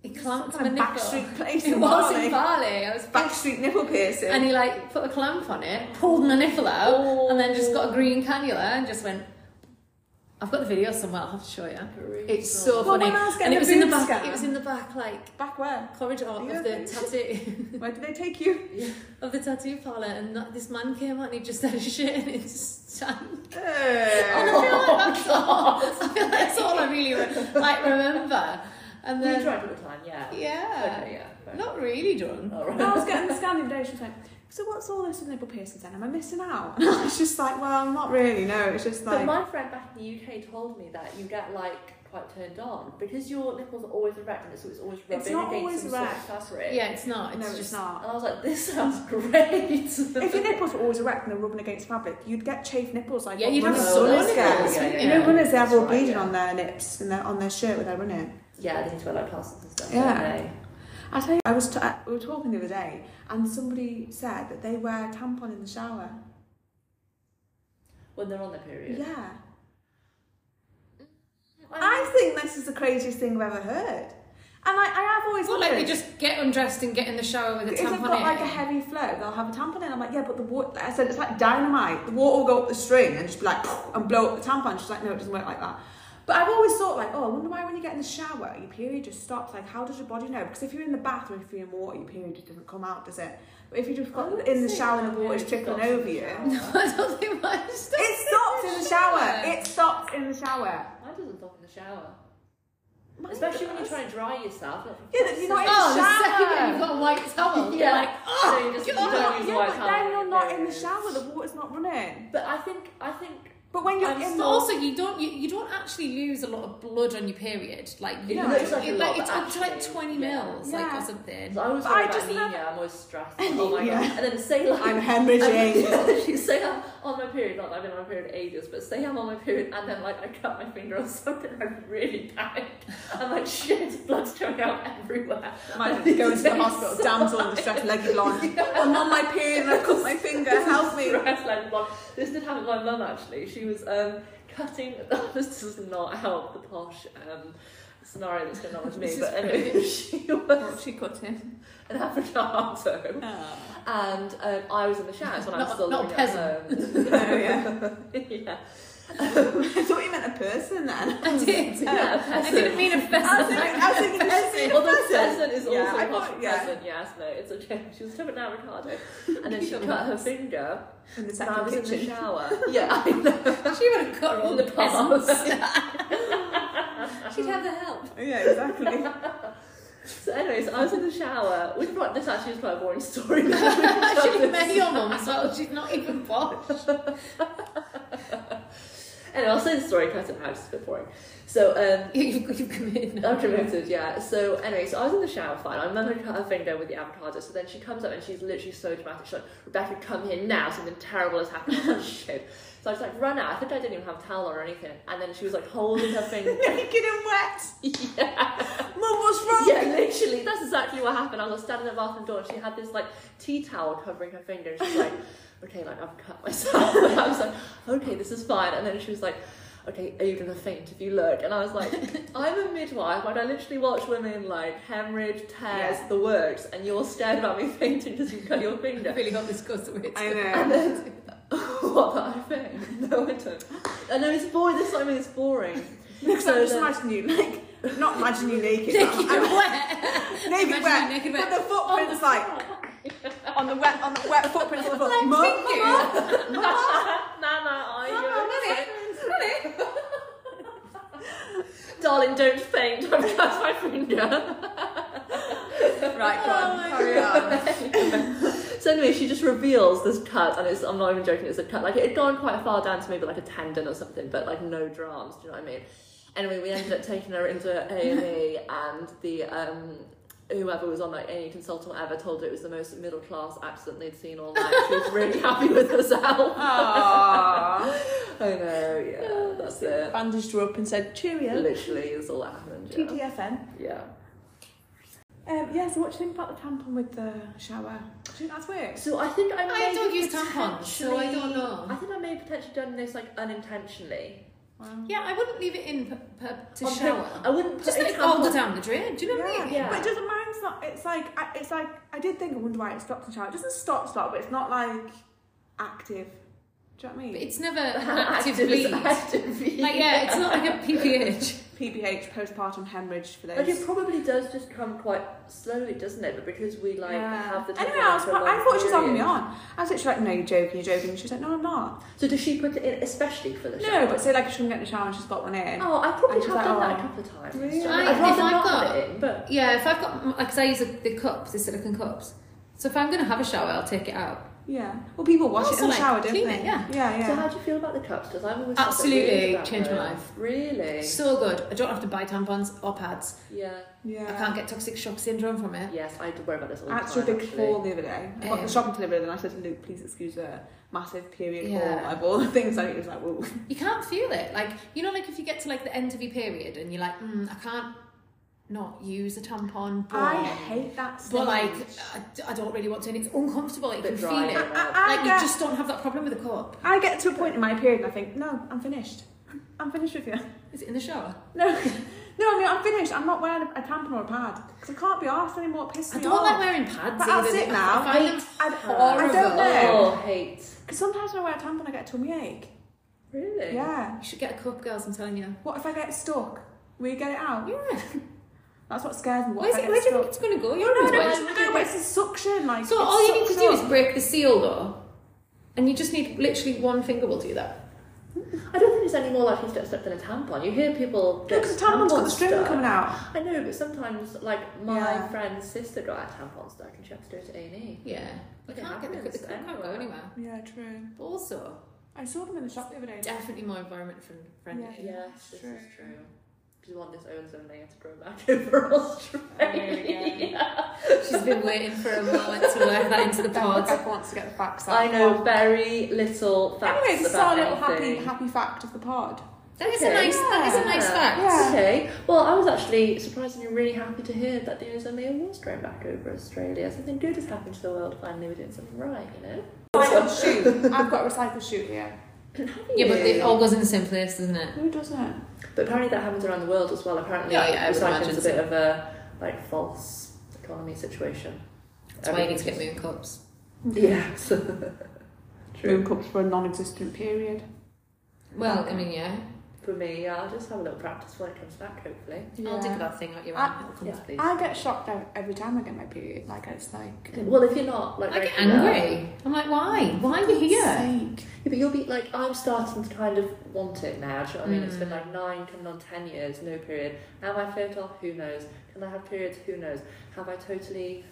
Speaker 1: It
Speaker 2: It's
Speaker 1: clamped
Speaker 2: some
Speaker 1: my
Speaker 2: kind
Speaker 1: nipple.
Speaker 2: of backstreet place
Speaker 1: [LAUGHS] It
Speaker 2: in
Speaker 1: was
Speaker 2: Bali.
Speaker 1: in Bali. I was
Speaker 2: Backstreet nipple piercing.
Speaker 1: [LAUGHS] and he like put a clamp on it, pulled my nipple out, and then just got a
Speaker 2: Oh.
Speaker 1: green cannula and just went. I've got the video somewhere. I'll have to show you. It's so
Speaker 2: Well,
Speaker 1: funny.
Speaker 2: when I was getting
Speaker 1: and it
Speaker 2: the
Speaker 1: was in the
Speaker 2: boob
Speaker 1: back.
Speaker 2: scan-
Speaker 1: It was in the back, like
Speaker 2: Back where?
Speaker 1: [LAUGHS] corridor
Speaker 2: Yeah,
Speaker 1: of
Speaker 2: they-
Speaker 1: the tattoo [LAUGHS]
Speaker 2: Where did they take you?
Speaker 1: of the tattoo parlor, and that- this man came out and he just had a [LAUGHS] shit in his tank.
Speaker 2: [LAUGHS]
Speaker 1: And I feel like [LAUGHS] that's
Speaker 2: Oh,
Speaker 1: all. I feel like that's all I really re- like remember. And
Speaker 3: We
Speaker 1: then
Speaker 3: tried at the time. Yeah.
Speaker 1: yeah,
Speaker 3: Okay. Yeah. fair
Speaker 1: not really drunk.
Speaker 3: enough. All
Speaker 2: when
Speaker 3: [LAUGHS]
Speaker 2: I was
Speaker 1: [LAUGHS]
Speaker 2: getting the scan the other day, she was like, so what's all this with nipple piercings then? Am I missing out? [LAUGHS] And I was just like, well, not really, no. It's just
Speaker 3: But
Speaker 2: like,
Speaker 3: my friend back in the UK told me that you get like quite turned on because your nipples are always erect and so it's always rubbing
Speaker 2: not
Speaker 3: against
Speaker 2: always
Speaker 3: some
Speaker 2: erect.
Speaker 3: sort of fabric.
Speaker 1: Yeah, it's not.
Speaker 2: no,
Speaker 1: It's
Speaker 2: it's
Speaker 1: just
Speaker 2: not.
Speaker 3: And I was like, this [LAUGHS] sounds [LAUGHS] great.
Speaker 2: If your nipples were always erect and they're rubbing against fabric, you'd get chafed nipples like
Speaker 1: Yeah,
Speaker 2: what
Speaker 1: you'd have
Speaker 2: runners-
Speaker 1: sore
Speaker 2: runners
Speaker 1: nipples,
Speaker 2: get.
Speaker 1: wouldn't
Speaker 2: You
Speaker 1: you?
Speaker 2: know, runners they have
Speaker 3: That's
Speaker 2: all
Speaker 3: right,
Speaker 2: bleeding
Speaker 3: yeah.
Speaker 2: on their nips and their, on their shirt with their running.
Speaker 3: yeah, they need to wear like parcels and stuff.
Speaker 2: Yeah.
Speaker 3: don't they?
Speaker 2: I tell you, I was t- I, we were talking the other day, and somebody said that they wear tampon in the shower.
Speaker 3: when they're on their period.
Speaker 2: Yeah. I think this is the craziest thing I've ever heard. And I, I have always
Speaker 1: It's not like
Speaker 2: wondered.
Speaker 1: they just get undressed and get in the shower with a
Speaker 2: if they've
Speaker 1: tampon
Speaker 2: got
Speaker 1: in.
Speaker 2: like
Speaker 1: [LAUGHS]
Speaker 2: a heavy flow, they'll have a tampon in. I'm like, yeah, but the water. I said it's like dynamite. The water will go up the string and just be like, and blow up the tampon. She's like, no, it doesn't work like that. But I've always thought like, oh, I wonder why when you get in the shower, your period just stops. Like, how does your body know? Because if you're in the bathroom, if you're in water, your period just doesn't come out, does it? But if you just
Speaker 3: I
Speaker 2: got
Speaker 3: wouldn't
Speaker 2: in the
Speaker 3: say
Speaker 2: shower and the
Speaker 3: that.
Speaker 2: water's
Speaker 3: Yeah, it
Speaker 2: trickling
Speaker 3: stops in
Speaker 2: over
Speaker 3: the
Speaker 2: you,
Speaker 3: shower.
Speaker 1: I don't think
Speaker 2: [LAUGHS]
Speaker 1: much stuff.
Speaker 2: it stops in the shower. It stops in the shower.
Speaker 3: Mine doesn't stop in the shower.
Speaker 2: Mine
Speaker 3: Especially when you're
Speaker 2: does.
Speaker 3: trying to dry yourself.
Speaker 2: Yeah, that you're not in the
Speaker 1: Oh, the
Speaker 2: shower.
Speaker 1: second you've got a white towel,
Speaker 3: Yeah.
Speaker 1: you're like,
Speaker 3: So you
Speaker 1: oh,
Speaker 3: just-
Speaker 1: God.
Speaker 3: you don't use
Speaker 2: yeah,
Speaker 3: white
Speaker 2: but
Speaker 3: towel
Speaker 2: then
Speaker 3: when
Speaker 2: you're
Speaker 3: you're
Speaker 2: not in the
Speaker 3: there.
Speaker 2: shower. The water's not running.
Speaker 3: But I think I think
Speaker 2: But when you're
Speaker 3: I'm
Speaker 2: in
Speaker 1: But
Speaker 2: the
Speaker 1: also, you don't you, you don't actually lose a lot of blood on your period. Like you
Speaker 2: No,
Speaker 1: know,
Speaker 2: it looks
Speaker 3: like a lot,
Speaker 1: it's
Speaker 3: but
Speaker 1: up to like
Speaker 3: actually,
Speaker 1: twenty
Speaker 3: yeah.
Speaker 1: mils, like
Speaker 2: Yeah.
Speaker 1: or something.
Speaker 3: 'cause I always
Speaker 2: But
Speaker 3: worry
Speaker 2: I
Speaker 3: about
Speaker 2: just
Speaker 3: anemia. I'm always [LAUGHS] stressed. Oh my
Speaker 2: Anemia.
Speaker 3: god! And then say like [LAUGHS]
Speaker 2: I'm hemorrhaging.
Speaker 3: you [LAUGHS] say I'm on my period. Not that I've been on my period ages, but say I'm on my period and then like I cut my finger or [LAUGHS] something. I'm really panicked. I'm like shit, blood's coming out everywhere.
Speaker 2: Might go into the hospital, damsel in distress, leggy blonde. I'm on my period and I've
Speaker 3: [LAUGHS]
Speaker 2: cut my finger, help me.
Speaker 3: Stress like blood. This did happen to my mum actually. She was um, cutting. [LAUGHS] This does not help the posh um, scenario that's going on with me.
Speaker 1: This is
Speaker 3: But anyway, [LAUGHS] she was
Speaker 2: oh, she cut him.
Speaker 3: an avocado, and um, I was in the showers when I was
Speaker 1: Not-
Speaker 3: still
Speaker 1: not
Speaker 3: living
Speaker 2: Oh,
Speaker 3: at
Speaker 2: yeah. [LAUGHS]
Speaker 3: home. [LAUGHS] yeah.
Speaker 2: I
Speaker 3: [LAUGHS]
Speaker 2: thought you meant a person then.
Speaker 1: I did. I didn't mean a
Speaker 2: I was
Speaker 1: pheasant.
Speaker 2: thinking, I was thinking, I was
Speaker 3: [LAUGHS]
Speaker 2: thinking
Speaker 3: Although
Speaker 2: a person.
Speaker 3: pheasant is also
Speaker 2: Yeah, I
Speaker 3: yeah,
Speaker 2: got- yeah.
Speaker 3: present, yes, no, it's okay. She was cutting an
Speaker 2: [LAUGHS]
Speaker 3: avocado, and then she
Speaker 1: You're
Speaker 3: cut her finger.
Speaker 2: In
Speaker 3: And
Speaker 2: the
Speaker 3: I
Speaker 2: second
Speaker 3: was in the
Speaker 2: kitchen.
Speaker 3: shower. yeah, I know.
Speaker 1: She would have cut her all the peasants. She'd have the help.
Speaker 2: Oh, Yeah,
Speaker 3: [LAUGHS]
Speaker 2: exactly.
Speaker 3: So, anyways, I was in the shower. We've brought this actually is quite a boring [LAUGHS] story. We've
Speaker 1: Actually,
Speaker 3: got
Speaker 1: met
Speaker 3: this.
Speaker 1: your mum as well. She's not even posh.
Speaker 3: Anyway, I'll say the story because it's just a bit boring. So, um,
Speaker 1: You've, you've come [LAUGHS] in.
Speaker 3: I'm committed, yeah. So anyway, so I was in the shower, fine. I remember cut her finger with the avocado. So then she comes up and she's literally so dramatic. She's like, Rebecca, come here now. Something terrible has happened. [LAUGHS] I was like, shit. So I just like ran out. I think I didn't even have a towel on or anything. And then she was like holding her finger.
Speaker 2: Naked and wet.
Speaker 3: yeah.
Speaker 2: Mum, what's wrong?
Speaker 3: [LAUGHS] Yeah, literally. That's exactly what happened. I was like, standing at the bathroom door and she had this like tea towel covering her finger. And she's [LAUGHS] like, okay, like I've cut myself. [LAUGHS] And I was like, okay, this is fine. And then she was like, okay, are you gonna faint if you look? And I was [LAUGHS] like, I'm a midwife, and I literally watch women like hemorrhage, tears,
Speaker 2: Yeah.
Speaker 3: the works, and you're scared about me [LAUGHS] fainting because you cut your
Speaker 1: I
Speaker 3: finger. [LAUGHS]
Speaker 1: really hope this goes the way
Speaker 2: I
Speaker 1: it's
Speaker 2: know.
Speaker 3: what that I faint? [LAUGHS] No, I don't. I know it's boring. This time it's boring.
Speaker 2: Because
Speaker 3: So
Speaker 2: I just
Speaker 3: then-
Speaker 2: imagine you, like, not imagine you
Speaker 1: [LAUGHS]
Speaker 2: naked.
Speaker 1: Naked
Speaker 2: but I'm-
Speaker 1: wet. Imagine
Speaker 2: [LAUGHS] naked
Speaker 1: you
Speaker 2: wet.
Speaker 1: naked
Speaker 2: But
Speaker 1: wet.
Speaker 2: the footprints, like, on the wet, on the wet footprints of the
Speaker 1: Like
Speaker 2: foot. Mum,
Speaker 1: finger.
Speaker 3: Nana, are you?
Speaker 1: Mama,
Speaker 3: okay?
Speaker 1: Mummy, Mummy.
Speaker 3: [LAUGHS] Darling, don't faint. [LAUGHS] I've cut my finger.
Speaker 2: [LAUGHS] Right, go
Speaker 1: Oh
Speaker 2: on,
Speaker 1: my
Speaker 2: carry on.
Speaker 3: so anyway, she just reveals this cut, and it's, I'm not even joking. It's a cut. Like it had gone quite far down to maybe like a tendon or something, but like no drums. Do you know what I mean? Anyway, we ended up taking her into A and [LAUGHS] E, and the um, whoever was on like any consultant ever told her it was the most middle class accident they'd seen all night. She was really happy with [LAUGHS] herself.
Speaker 2: Aww.
Speaker 3: I know, yeah, that's it.
Speaker 2: Bandaged her up and said, cheerio.
Speaker 3: Literally, is all that happened. Yeah.
Speaker 2: TTFN.
Speaker 3: yeah.
Speaker 2: Um, yeah, so what do you think about the tampon with the shower? Do you think that's works?
Speaker 3: So I think I may
Speaker 1: I don't
Speaker 3: have
Speaker 1: use tampons, so I don't
Speaker 3: potentially-
Speaker 1: know.
Speaker 3: I think I may have potentially done this like unintentionally.
Speaker 2: Wow.
Speaker 1: Yeah, I wouldn't leave it in per, per, to
Speaker 3: On
Speaker 1: shower.
Speaker 3: purpose. I wouldn't put
Speaker 1: Just
Speaker 3: a
Speaker 1: let it
Speaker 3: tampon-
Speaker 1: all down the drain. Do you know what I
Speaker 2: Yeah.
Speaker 1: mean?
Speaker 3: Yeah.
Speaker 2: but it doesn't mind. It's not. It's like I- it's like I did think. I wonder why it stopped the shower. It doesn't stop, stop, but it's not like active. Do you know what I
Speaker 1: But
Speaker 2: mean?
Speaker 1: it's never an active
Speaker 3: [LAUGHS] Active
Speaker 1: bleed.
Speaker 3: is
Speaker 1: Like,
Speaker 3: active bleed.
Speaker 1: yeah, it's not like a PPH.
Speaker 2: PPH, postpartum hemorrhage for those.
Speaker 3: [LAUGHS] Like it probably does just come quite slowly, doesn't it? But because we like
Speaker 2: Yeah.
Speaker 3: have the
Speaker 2: anyway,
Speaker 3: tampon
Speaker 2: I was.
Speaker 3: for a
Speaker 2: Pro- I
Speaker 3: long
Speaker 2: thought she was having me
Speaker 3: period.
Speaker 2: on. I was literally like, "No, you're joking. You're joking." She was like, "No, I'm not."
Speaker 3: So does she put it in especially for the
Speaker 2: No,
Speaker 3: shower?
Speaker 2: but say like she shouldn't get in the shower and she's got one in.
Speaker 3: oh, I probably
Speaker 2: And
Speaker 3: have
Speaker 2: she's
Speaker 3: done
Speaker 2: like,
Speaker 3: that
Speaker 2: oh.
Speaker 3: a couple of times.
Speaker 2: Really?
Speaker 3: I'd
Speaker 1: I- if
Speaker 3: rather
Speaker 1: I've
Speaker 3: not
Speaker 1: got-
Speaker 3: have it in, but
Speaker 1: Yeah, if I've got, like, 'cause I use a, the cups, the silicone cups. So if I'm going to have a shower, I'll take it out.
Speaker 2: Yeah. Well, people wash it
Speaker 1: Also,
Speaker 2: in the
Speaker 1: like,
Speaker 2: shower, don't
Speaker 1: clean
Speaker 2: they?
Speaker 1: it, yeah.
Speaker 2: Yeah, yeah.
Speaker 3: So how do you feel about the cups? Because I've always felt a bit
Speaker 1: Absolutely
Speaker 3: weird about
Speaker 1: changed my
Speaker 3: those.
Speaker 1: life.
Speaker 3: Really?
Speaker 1: So good. I don't have to buy tampons or pads.
Speaker 3: Yeah.
Speaker 2: yeah.
Speaker 1: I can't get toxic shock syndrome from it.
Speaker 3: Yes, I do worry about this all the
Speaker 2: I
Speaker 3: time.
Speaker 2: had such a big
Speaker 3: actually.
Speaker 2: haul the other day. I got
Speaker 1: Um,
Speaker 2: the shopping delivered and I said to Luke, please excuse a massive period
Speaker 1: Yeah.
Speaker 2: haul. I bought all the things and it was like, whoa.
Speaker 1: You "Hmm, can't feel it. Like, you know, like if you get to like the end of your period and you're like, mm, I can't not use a tampon. But,
Speaker 2: I hate that.
Speaker 1: but
Speaker 2: Stage.
Speaker 1: like, I, I don't really want to, and it's uncomfortable. You
Speaker 3: Bit
Speaker 1: can feel
Speaker 3: dry.
Speaker 1: it.
Speaker 3: I- I-
Speaker 2: I
Speaker 1: like, you
Speaker 2: get-
Speaker 1: just don't have that problem with a cup.
Speaker 2: I get to a point in my period and I think, no, I'm finished. [LAUGHS] I'm finished with you.
Speaker 1: Is it in the shower?
Speaker 2: No, [LAUGHS] no, I mean, I'm finished. I'm not wearing a, a tampon or a pad because I can't be arsed anymore. It pisses
Speaker 1: I
Speaker 2: me
Speaker 1: don't
Speaker 2: off.
Speaker 1: like wearing pads
Speaker 2: But
Speaker 1: either.
Speaker 2: that's it
Speaker 1: I
Speaker 2: now.
Speaker 1: find them
Speaker 2: I-
Speaker 1: horrible.
Speaker 2: I don't know.
Speaker 3: Oh, hate.
Speaker 2: 'Cause sometimes when I wear a tampon, I get a tummy ache.
Speaker 3: Really?
Speaker 2: Yeah.
Speaker 1: You should get a cup, girls, I'm telling you.
Speaker 2: What if I get stuck? Will you get it out?
Speaker 1: Yeah.
Speaker 2: That's what scares me. What
Speaker 1: Where's
Speaker 2: if
Speaker 1: it,
Speaker 2: I
Speaker 1: where
Speaker 2: get
Speaker 1: do you think
Speaker 2: stuck?
Speaker 1: it's going to go? You
Speaker 2: No,
Speaker 1: don't know
Speaker 2: no,
Speaker 1: where
Speaker 2: it's,
Speaker 1: it's gonna
Speaker 2: no,
Speaker 1: go.
Speaker 2: it's a suction. Like
Speaker 1: So
Speaker 2: it
Speaker 1: all you need to
Speaker 2: sucks
Speaker 1: do
Speaker 2: up.
Speaker 1: is break the seal, though. And you just need literally one finger will do that.
Speaker 3: I don't think it's any more likely to get stuck than a tampon. You hear people
Speaker 2: No,
Speaker 3: get
Speaker 2: because the tampon's got the
Speaker 3: tampons
Speaker 2: string
Speaker 3: stuck.
Speaker 2: coming out.
Speaker 3: I know, but sometimes, like my
Speaker 2: Yeah.
Speaker 3: friend's sister got a tampon stuck, and she had to do it to A and E.
Speaker 1: Yeah. You
Speaker 3: It
Speaker 1: can't get the,
Speaker 3: happens
Speaker 1: the cup can't go
Speaker 3: anywhere.
Speaker 1: anywhere.
Speaker 2: Yeah, true.
Speaker 1: But also,
Speaker 2: I saw them in the shop the other day.
Speaker 1: definitely more environment friend- friendly.
Speaker 2: Yeah,
Speaker 3: Yes, this is
Speaker 2: true.
Speaker 3: true. Because one disowns them, and they have to go [LAUGHS] back over
Speaker 2: Oh,
Speaker 3: Australia. [LAUGHS]
Speaker 2: [LAUGHS]
Speaker 1: She's been waiting for a moment to work that into the pod.
Speaker 2: Becca wants to get the facts out.
Speaker 3: I know very little facts
Speaker 2: Anyway, this is
Speaker 3: about
Speaker 2: our little happy,
Speaker 3: anything.
Speaker 2: happy fact of
Speaker 1: [LAUGHS]
Speaker 2: the pod.
Speaker 1: That is a nice. That is a nice
Speaker 3: Yeah.
Speaker 1: fact.
Speaker 2: Yeah.
Speaker 3: Okay. Well, I was actually surprisingly really happy to hear that the OZMA was thrown back over Australia. Something good has happened to the world. Finally, we're doing something right, you know.
Speaker 2: Recycle shoot. I've got a recycle shoot here.
Speaker 1: Yeah, but it all goes in the same place, doesn't it?
Speaker 2: Who doesn't?
Speaker 3: But apparently that happens around the world as well. Apparently,
Speaker 1: Yeah, yeah, I would
Speaker 3: recycling's a
Speaker 1: imagine
Speaker 3: bit of a like false economy situation.
Speaker 1: That's why you need to get moon cups.
Speaker 3: Yes.
Speaker 2: Moon
Speaker 3: [LAUGHS] True.
Speaker 2: cups for a non-existent period.
Speaker 1: Well, I mean, yeah,
Speaker 3: For me, yeah, I'll just have a little practice when it comes back. Hopefully.
Speaker 1: I'll dig
Speaker 2: Yeah.
Speaker 1: that thing out your
Speaker 2: I-
Speaker 1: arm. It'll come
Speaker 3: Yeah.
Speaker 1: to me.
Speaker 2: I get shocked ev- every time I get my period. Like it's like.
Speaker 3: Well, if you're not like
Speaker 1: I get
Speaker 3: regular-
Speaker 1: angry. I'm like, why? Why are we here?
Speaker 2: Sake.
Speaker 3: Yeah, but you'll be like, I'm starting to kind of want it now. Do you know what I mean? It's been
Speaker 1: Mm.
Speaker 3: like nine, coming on ten years, no period. Am I fertile? Who knows? Can I have periods? Who knows? Have I totally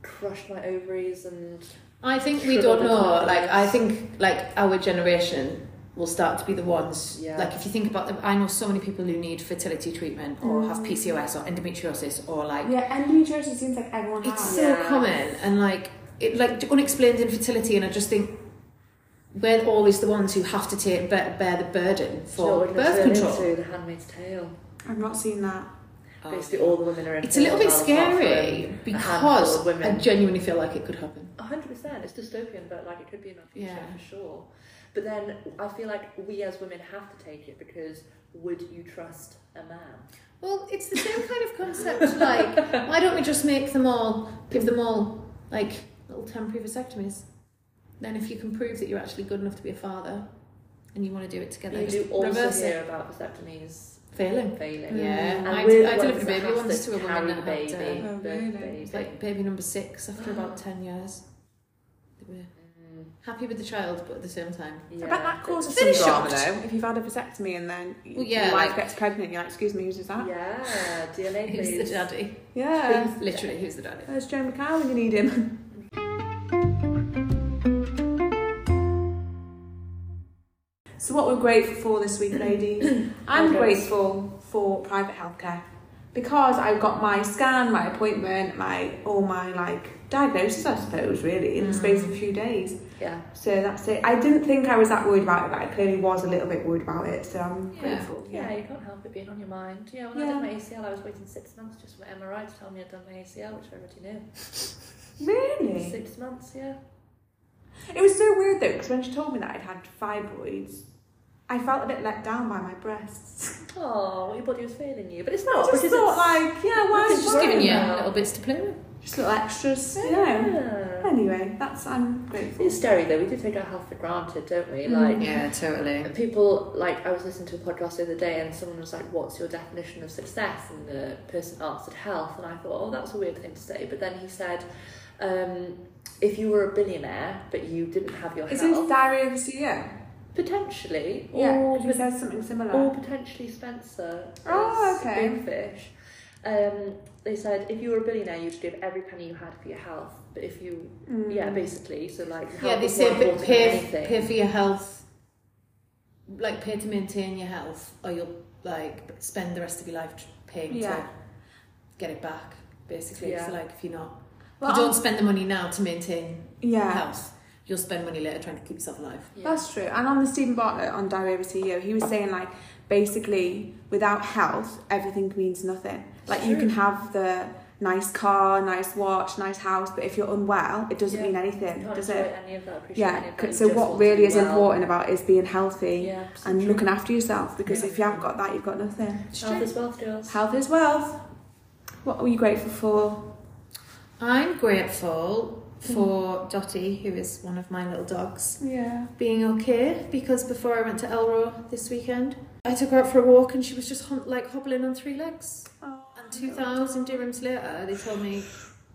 Speaker 3: crushed my ovaries and
Speaker 1: I think we
Speaker 3: Shriveled
Speaker 1: don't know.
Speaker 3: up.
Speaker 1: Like, I think like our generation will start to be the ones.
Speaker 3: Yeah.
Speaker 1: Like, if you think about them, I know so many people who need fertility treatment or have
Speaker 2: Mm.
Speaker 1: PCOS or endometriosis or like
Speaker 2: Yeah, endometriosis seems like everyone
Speaker 1: it's
Speaker 2: has.
Speaker 1: so
Speaker 3: Yeah.
Speaker 1: common and like it like unexplained infertility and I just think we're always the ones who have to take bear, bear the burden for
Speaker 3: Do you know what
Speaker 1: birth
Speaker 3: it turns
Speaker 1: control.
Speaker 3: Into the Handmaid's Tale.
Speaker 2: I've not seen that.
Speaker 1: Oh.
Speaker 3: Basically, all the women are. in
Speaker 1: It's a little bit scary
Speaker 3: handful
Speaker 1: because
Speaker 3: of
Speaker 1: I
Speaker 3: women.
Speaker 1: genuinely feel like it could happen.
Speaker 3: hundred percent. It's dystopian, but like it could be in our future
Speaker 1: Yeah.
Speaker 3: for sure. But then I feel like we as women have to take it because would you trust a man?
Speaker 1: Well, it's the same kind of concept. Like, why don't we just make them all, give them all, like, little temporary vasectomies? Then, if you can prove that you're actually good enough to be a father and you want to do it together,
Speaker 3: you
Speaker 1: just
Speaker 3: do also
Speaker 1: reverse
Speaker 3: hear about vasectomies
Speaker 1: it. Failing.
Speaker 3: failing.
Speaker 1: Yeah.
Speaker 3: Mm. And
Speaker 1: I, I
Speaker 3: we're the
Speaker 1: delivered a
Speaker 3: ones
Speaker 1: baby
Speaker 3: that have
Speaker 1: once to a woman
Speaker 3: carry
Speaker 1: that
Speaker 3: the
Speaker 1: had,
Speaker 3: baby,
Speaker 1: uh,
Speaker 2: Oh,
Speaker 3: the
Speaker 2: really?
Speaker 3: baby.
Speaker 1: it was like baby number six after about 10 years. They were
Speaker 3: Mm,
Speaker 1: happy with the child, but at the same time.
Speaker 3: yeah.
Speaker 2: I bet that causes
Speaker 1: Finish
Speaker 2: some drama
Speaker 1: shocked.
Speaker 2: though. If you've had a vasectomy and then y-
Speaker 1: Well, yeah,
Speaker 2: your wife
Speaker 1: like-
Speaker 2: gets pregnant, you're like, excuse me, who's is that?
Speaker 3: Yeah, [LAUGHS] DNA
Speaker 1: Who's the
Speaker 3: please.
Speaker 1: daddy?
Speaker 2: Yeah.
Speaker 1: Literally, who's the daddy?
Speaker 2: There's Joe McCall when you need him. So what we're grateful for this
Speaker 3: [CLEARS THROAT]
Speaker 2: week, ladies. I'm
Speaker 3: Okay.
Speaker 2: grateful for private healthcare because I got my scan, my appointment, my all my like diagnosis, I suppose, really, in the space of a few days.
Speaker 3: Yeah.
Speaker 2: So that's it. I didn't think I was that worried about it, but I clearly was a little bit worried about it. So I'm
Speaker 1: Yeah.
Speaker 2: grateful.
Speaker 3: Yeah, you can't help it being on your mind. Yeah, when
Speaker 2: Yeah.
Speaker 3: I did my ACL, I was waiting six months just for my MRI to tell me I'd done my ACL, which I already knew.
Speaker 2: Really?
Speaker 3: Six months, yeah.
Speaker 2: It was so weird though, because when she told me that I'd had fibroids, I felt a bit let down by my breasts.
Speaker 3: Oh, your body was failing you, but it's
Speaker 2: I
Speaker 3: [LAUGHS] not.
Speaker 2: just
Speaker 3: because
Speaker 2: thought,
Speaker 3: it's-
Speaker 2: like, yeah, why
Speaker 1: It's
Speaker 2: is
Speaker 1: just
Speaker 2: she
Speaker 1: giving you
Speaker 2: worrying?
Speaker 3: now.
Speaker 1: little bits to play with.
Speaker 2: Just little extras, you know.
Speaker 3: Yeah.
Speaker 2: Anyway, that's I'm grateful.
Speaker 3: It's scary though. We do take our health for granted, don't we?
Speaker 2: Mm.
Speaker 3: Like
Speaker 1: Yeah, totally.
Speaker 3: people like I was listening to a podcast the other day and someone was like, What's your definition of success? And the person answered health and I thought, Oh, that's a weird thing to say but then he said, um, if you were a billionaire but you didn't have your
Speaker 2: Is
Speaker 3: health
Speaker 2: this Diary of a CEO?
Speaker 3: potentially
Speaker 2: Yeah,
Speaker 3: or,
Speaker 2: because it says something similar.
Speaker 3: or potentially Spencer
Speaker 2: Oh,
Speaker 3: is
Speaker 2: okay.
Speaker 3: Greenfish. Um, they said if you were a billionaire you'd give every penny you had for your health. But if you
Speaker 2: Mm.
Speaker 3: yeah, basically, so like
Speaker 1: Yeah,
Speaker 3: health
Speaker 1: they
Speaker 3: is
Speaker 1: say
Speaker 3: more
Speaker 1: but
Speaker 3: important than
Speaker 1: pay,
Speaker 3: anything.
Speaker 1: pay for your health, like pay to maintain your health, or you'll like spend the rest of your life tr- paying to
Speaker 2: Yeah.
Speaker 1: get it back. Basically,
Speaker 3: Yeah.
Speaker 1: so like if you're not,
Speaker 2: Well,
Speaker 1: you don't
Speaker 2: I'm-
Speaker 1: spend the money now to maintain
Speaker 2: Yeah.
Speaker 1: health, you'll spend money later trying to keep yourself alive.
Speaker 3: Yeah.
Speaker 2: That's true. And on the Stephen Bartlett on Diary of a CEO, he was saying like basically without health everything means nothing like you
Speaker 3: True.
Speaker 2: can have the nice car nice watch nice house but if you're unwell it doesn't
Speaker 3: Yeah.
Speaker 2: mean anything
Speaker 3: Can't
Speaker 2: does
Speaker 3: enjoy
Speaker 2: it
Speaker 3: any of that, appreciate any
Speaker 2: yeah
Speaker 3: of that, you
Speaker 2: so
Speaker 3: just
Speaker 2: what
Speaker 3: want to
Speaker 2: really
Speaker 3: be
Speaker 2: is
Speaker 3: well.
Speaker 2: important about is being healthy
Speaker 3: yeah,
Speaker 2: and
Speaker 3: absolutely.
Speaker 2: looking after yourself because
Speaker 3: Yeah.
Speaker 2: if you haven't got that you've got nothing
Speaker 3: health is wealth, girls.
Speaker 2: health is wealth what are you grateful for
Speaker 1: I'm grateful for Dottie, who is one of my little dogs,
Speaker 2: yeah
Speaker 1: being okay because before I went to Elro this weekend, I took her out for a walk and she was just hom- like hobbling on three legs.
Speaker 2: Oh.
Speaker 1: And 2,000 dirhams later, they told me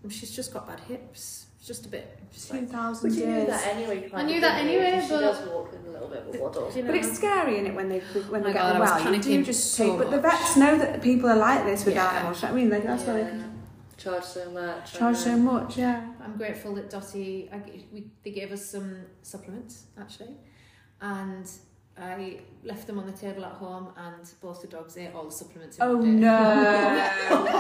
Speaker 1: she's just got bad hips. It's just a bit. Just like,
Speaker 2: 2000
Speaker 3: But you knew
Speaker 2: years
Speaker 3: that anyway.
Speaker 1: I
Speaker 3: kind
Speaker 1: knew
Speaker 3: of,
Speaker 1: that
Speaker 3: didn't you? 'Cause
Speaker 1: anyway,
Speaker 3: she
Speaker 1: but-
Speaker 3: does walk in a little bit of a waddle.
Speaker 1: you know,
Speaker 2: But it's scary, is it, when they when
Speaker 1: Oh
Speaker 2: they
Speaker 1: my
Speaker 2: get
Speaker 1: God, I was
Speaker 2: unwell? you do
Speaker 1: panicking
Speaker 2: just
Speaker 1: so
Speaker 2: take, but the
Speaker 1: much.
Speaker 2: vets know that people are like this with
Speaker 1: Yeah.
Speaker 2: animals. do you know what I mean, like that's why they
Speaker 3: Yeah. Charge so much.
Speaker 2: charge
Speaker 3: I
Speaker 2: so
Speaker 3: know.
Speaker 2: much. Yeah.
Speaker 1: I'm grateful that Dottie, I, g- we, they gave us some supplements actually, and I left them on the table at home, and both the dogs ate all the supplements. in
Speaker 2: Oh
Speaker 1: one day.
Speaker 3: [LAUGHS]
Speaker 2: no. [LAUGHS]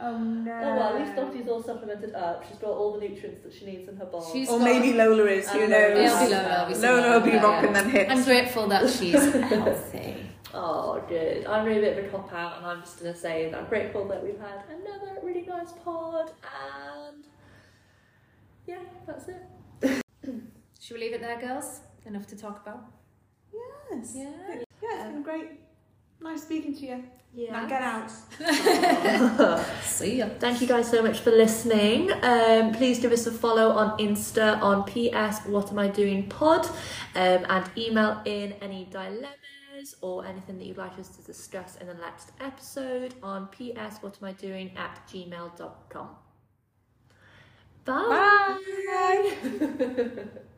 Speaker 2: oh no.
Speaker 3: Oh well, at least Dottie's all supplemented up. She's got all the nutrients that she needs in her bowl.
Speaker 1: She's
Speaker 2: Or
Speaker 1: got-
Speaker 2: maybe Lola is. Who
Speaker 3: And um,
Speaker 2: knows?
Speaker 1: It'll be Lola, obviously.
Speaker 2: Lola will be
Speaker 1: Yeah,
Speaker 2: rocking
Speaker 1: yeah.
Speaker 2: them
Speaker 1: [LAUGHS]
Speaker 2: hips.
Speaker 1: I'm grateful that she's healthy.
Speaker 3: Oh, good. I'm really a bit of a cop out, and I'm just gonna say that I'm grateful that we've had another really nice pod, and yeah, that's it.
Speaker 1: Should we leave it there, girls? Enough to talk about.
Speaker 2: yes. Yeah.
Speaker 1: Yeah.
Speaker 2: it's been great. Nice speaking to you.
Speaker 3: Yeah.
Speaker 2: Now
Speaker 3: [LAUGHS]
Speaker 2: get out.
Speaker 1: See ya.
Speaker 3: Thank you guys so much for listening. Um, please give us a follow on Insta on PS What Am I Doing Pod, um, and email in any dilemmas or anything that you'd like us to discuss in the next episode on PS What Am I Doing at gmail.com. Bye.
Speaker 2: Bye.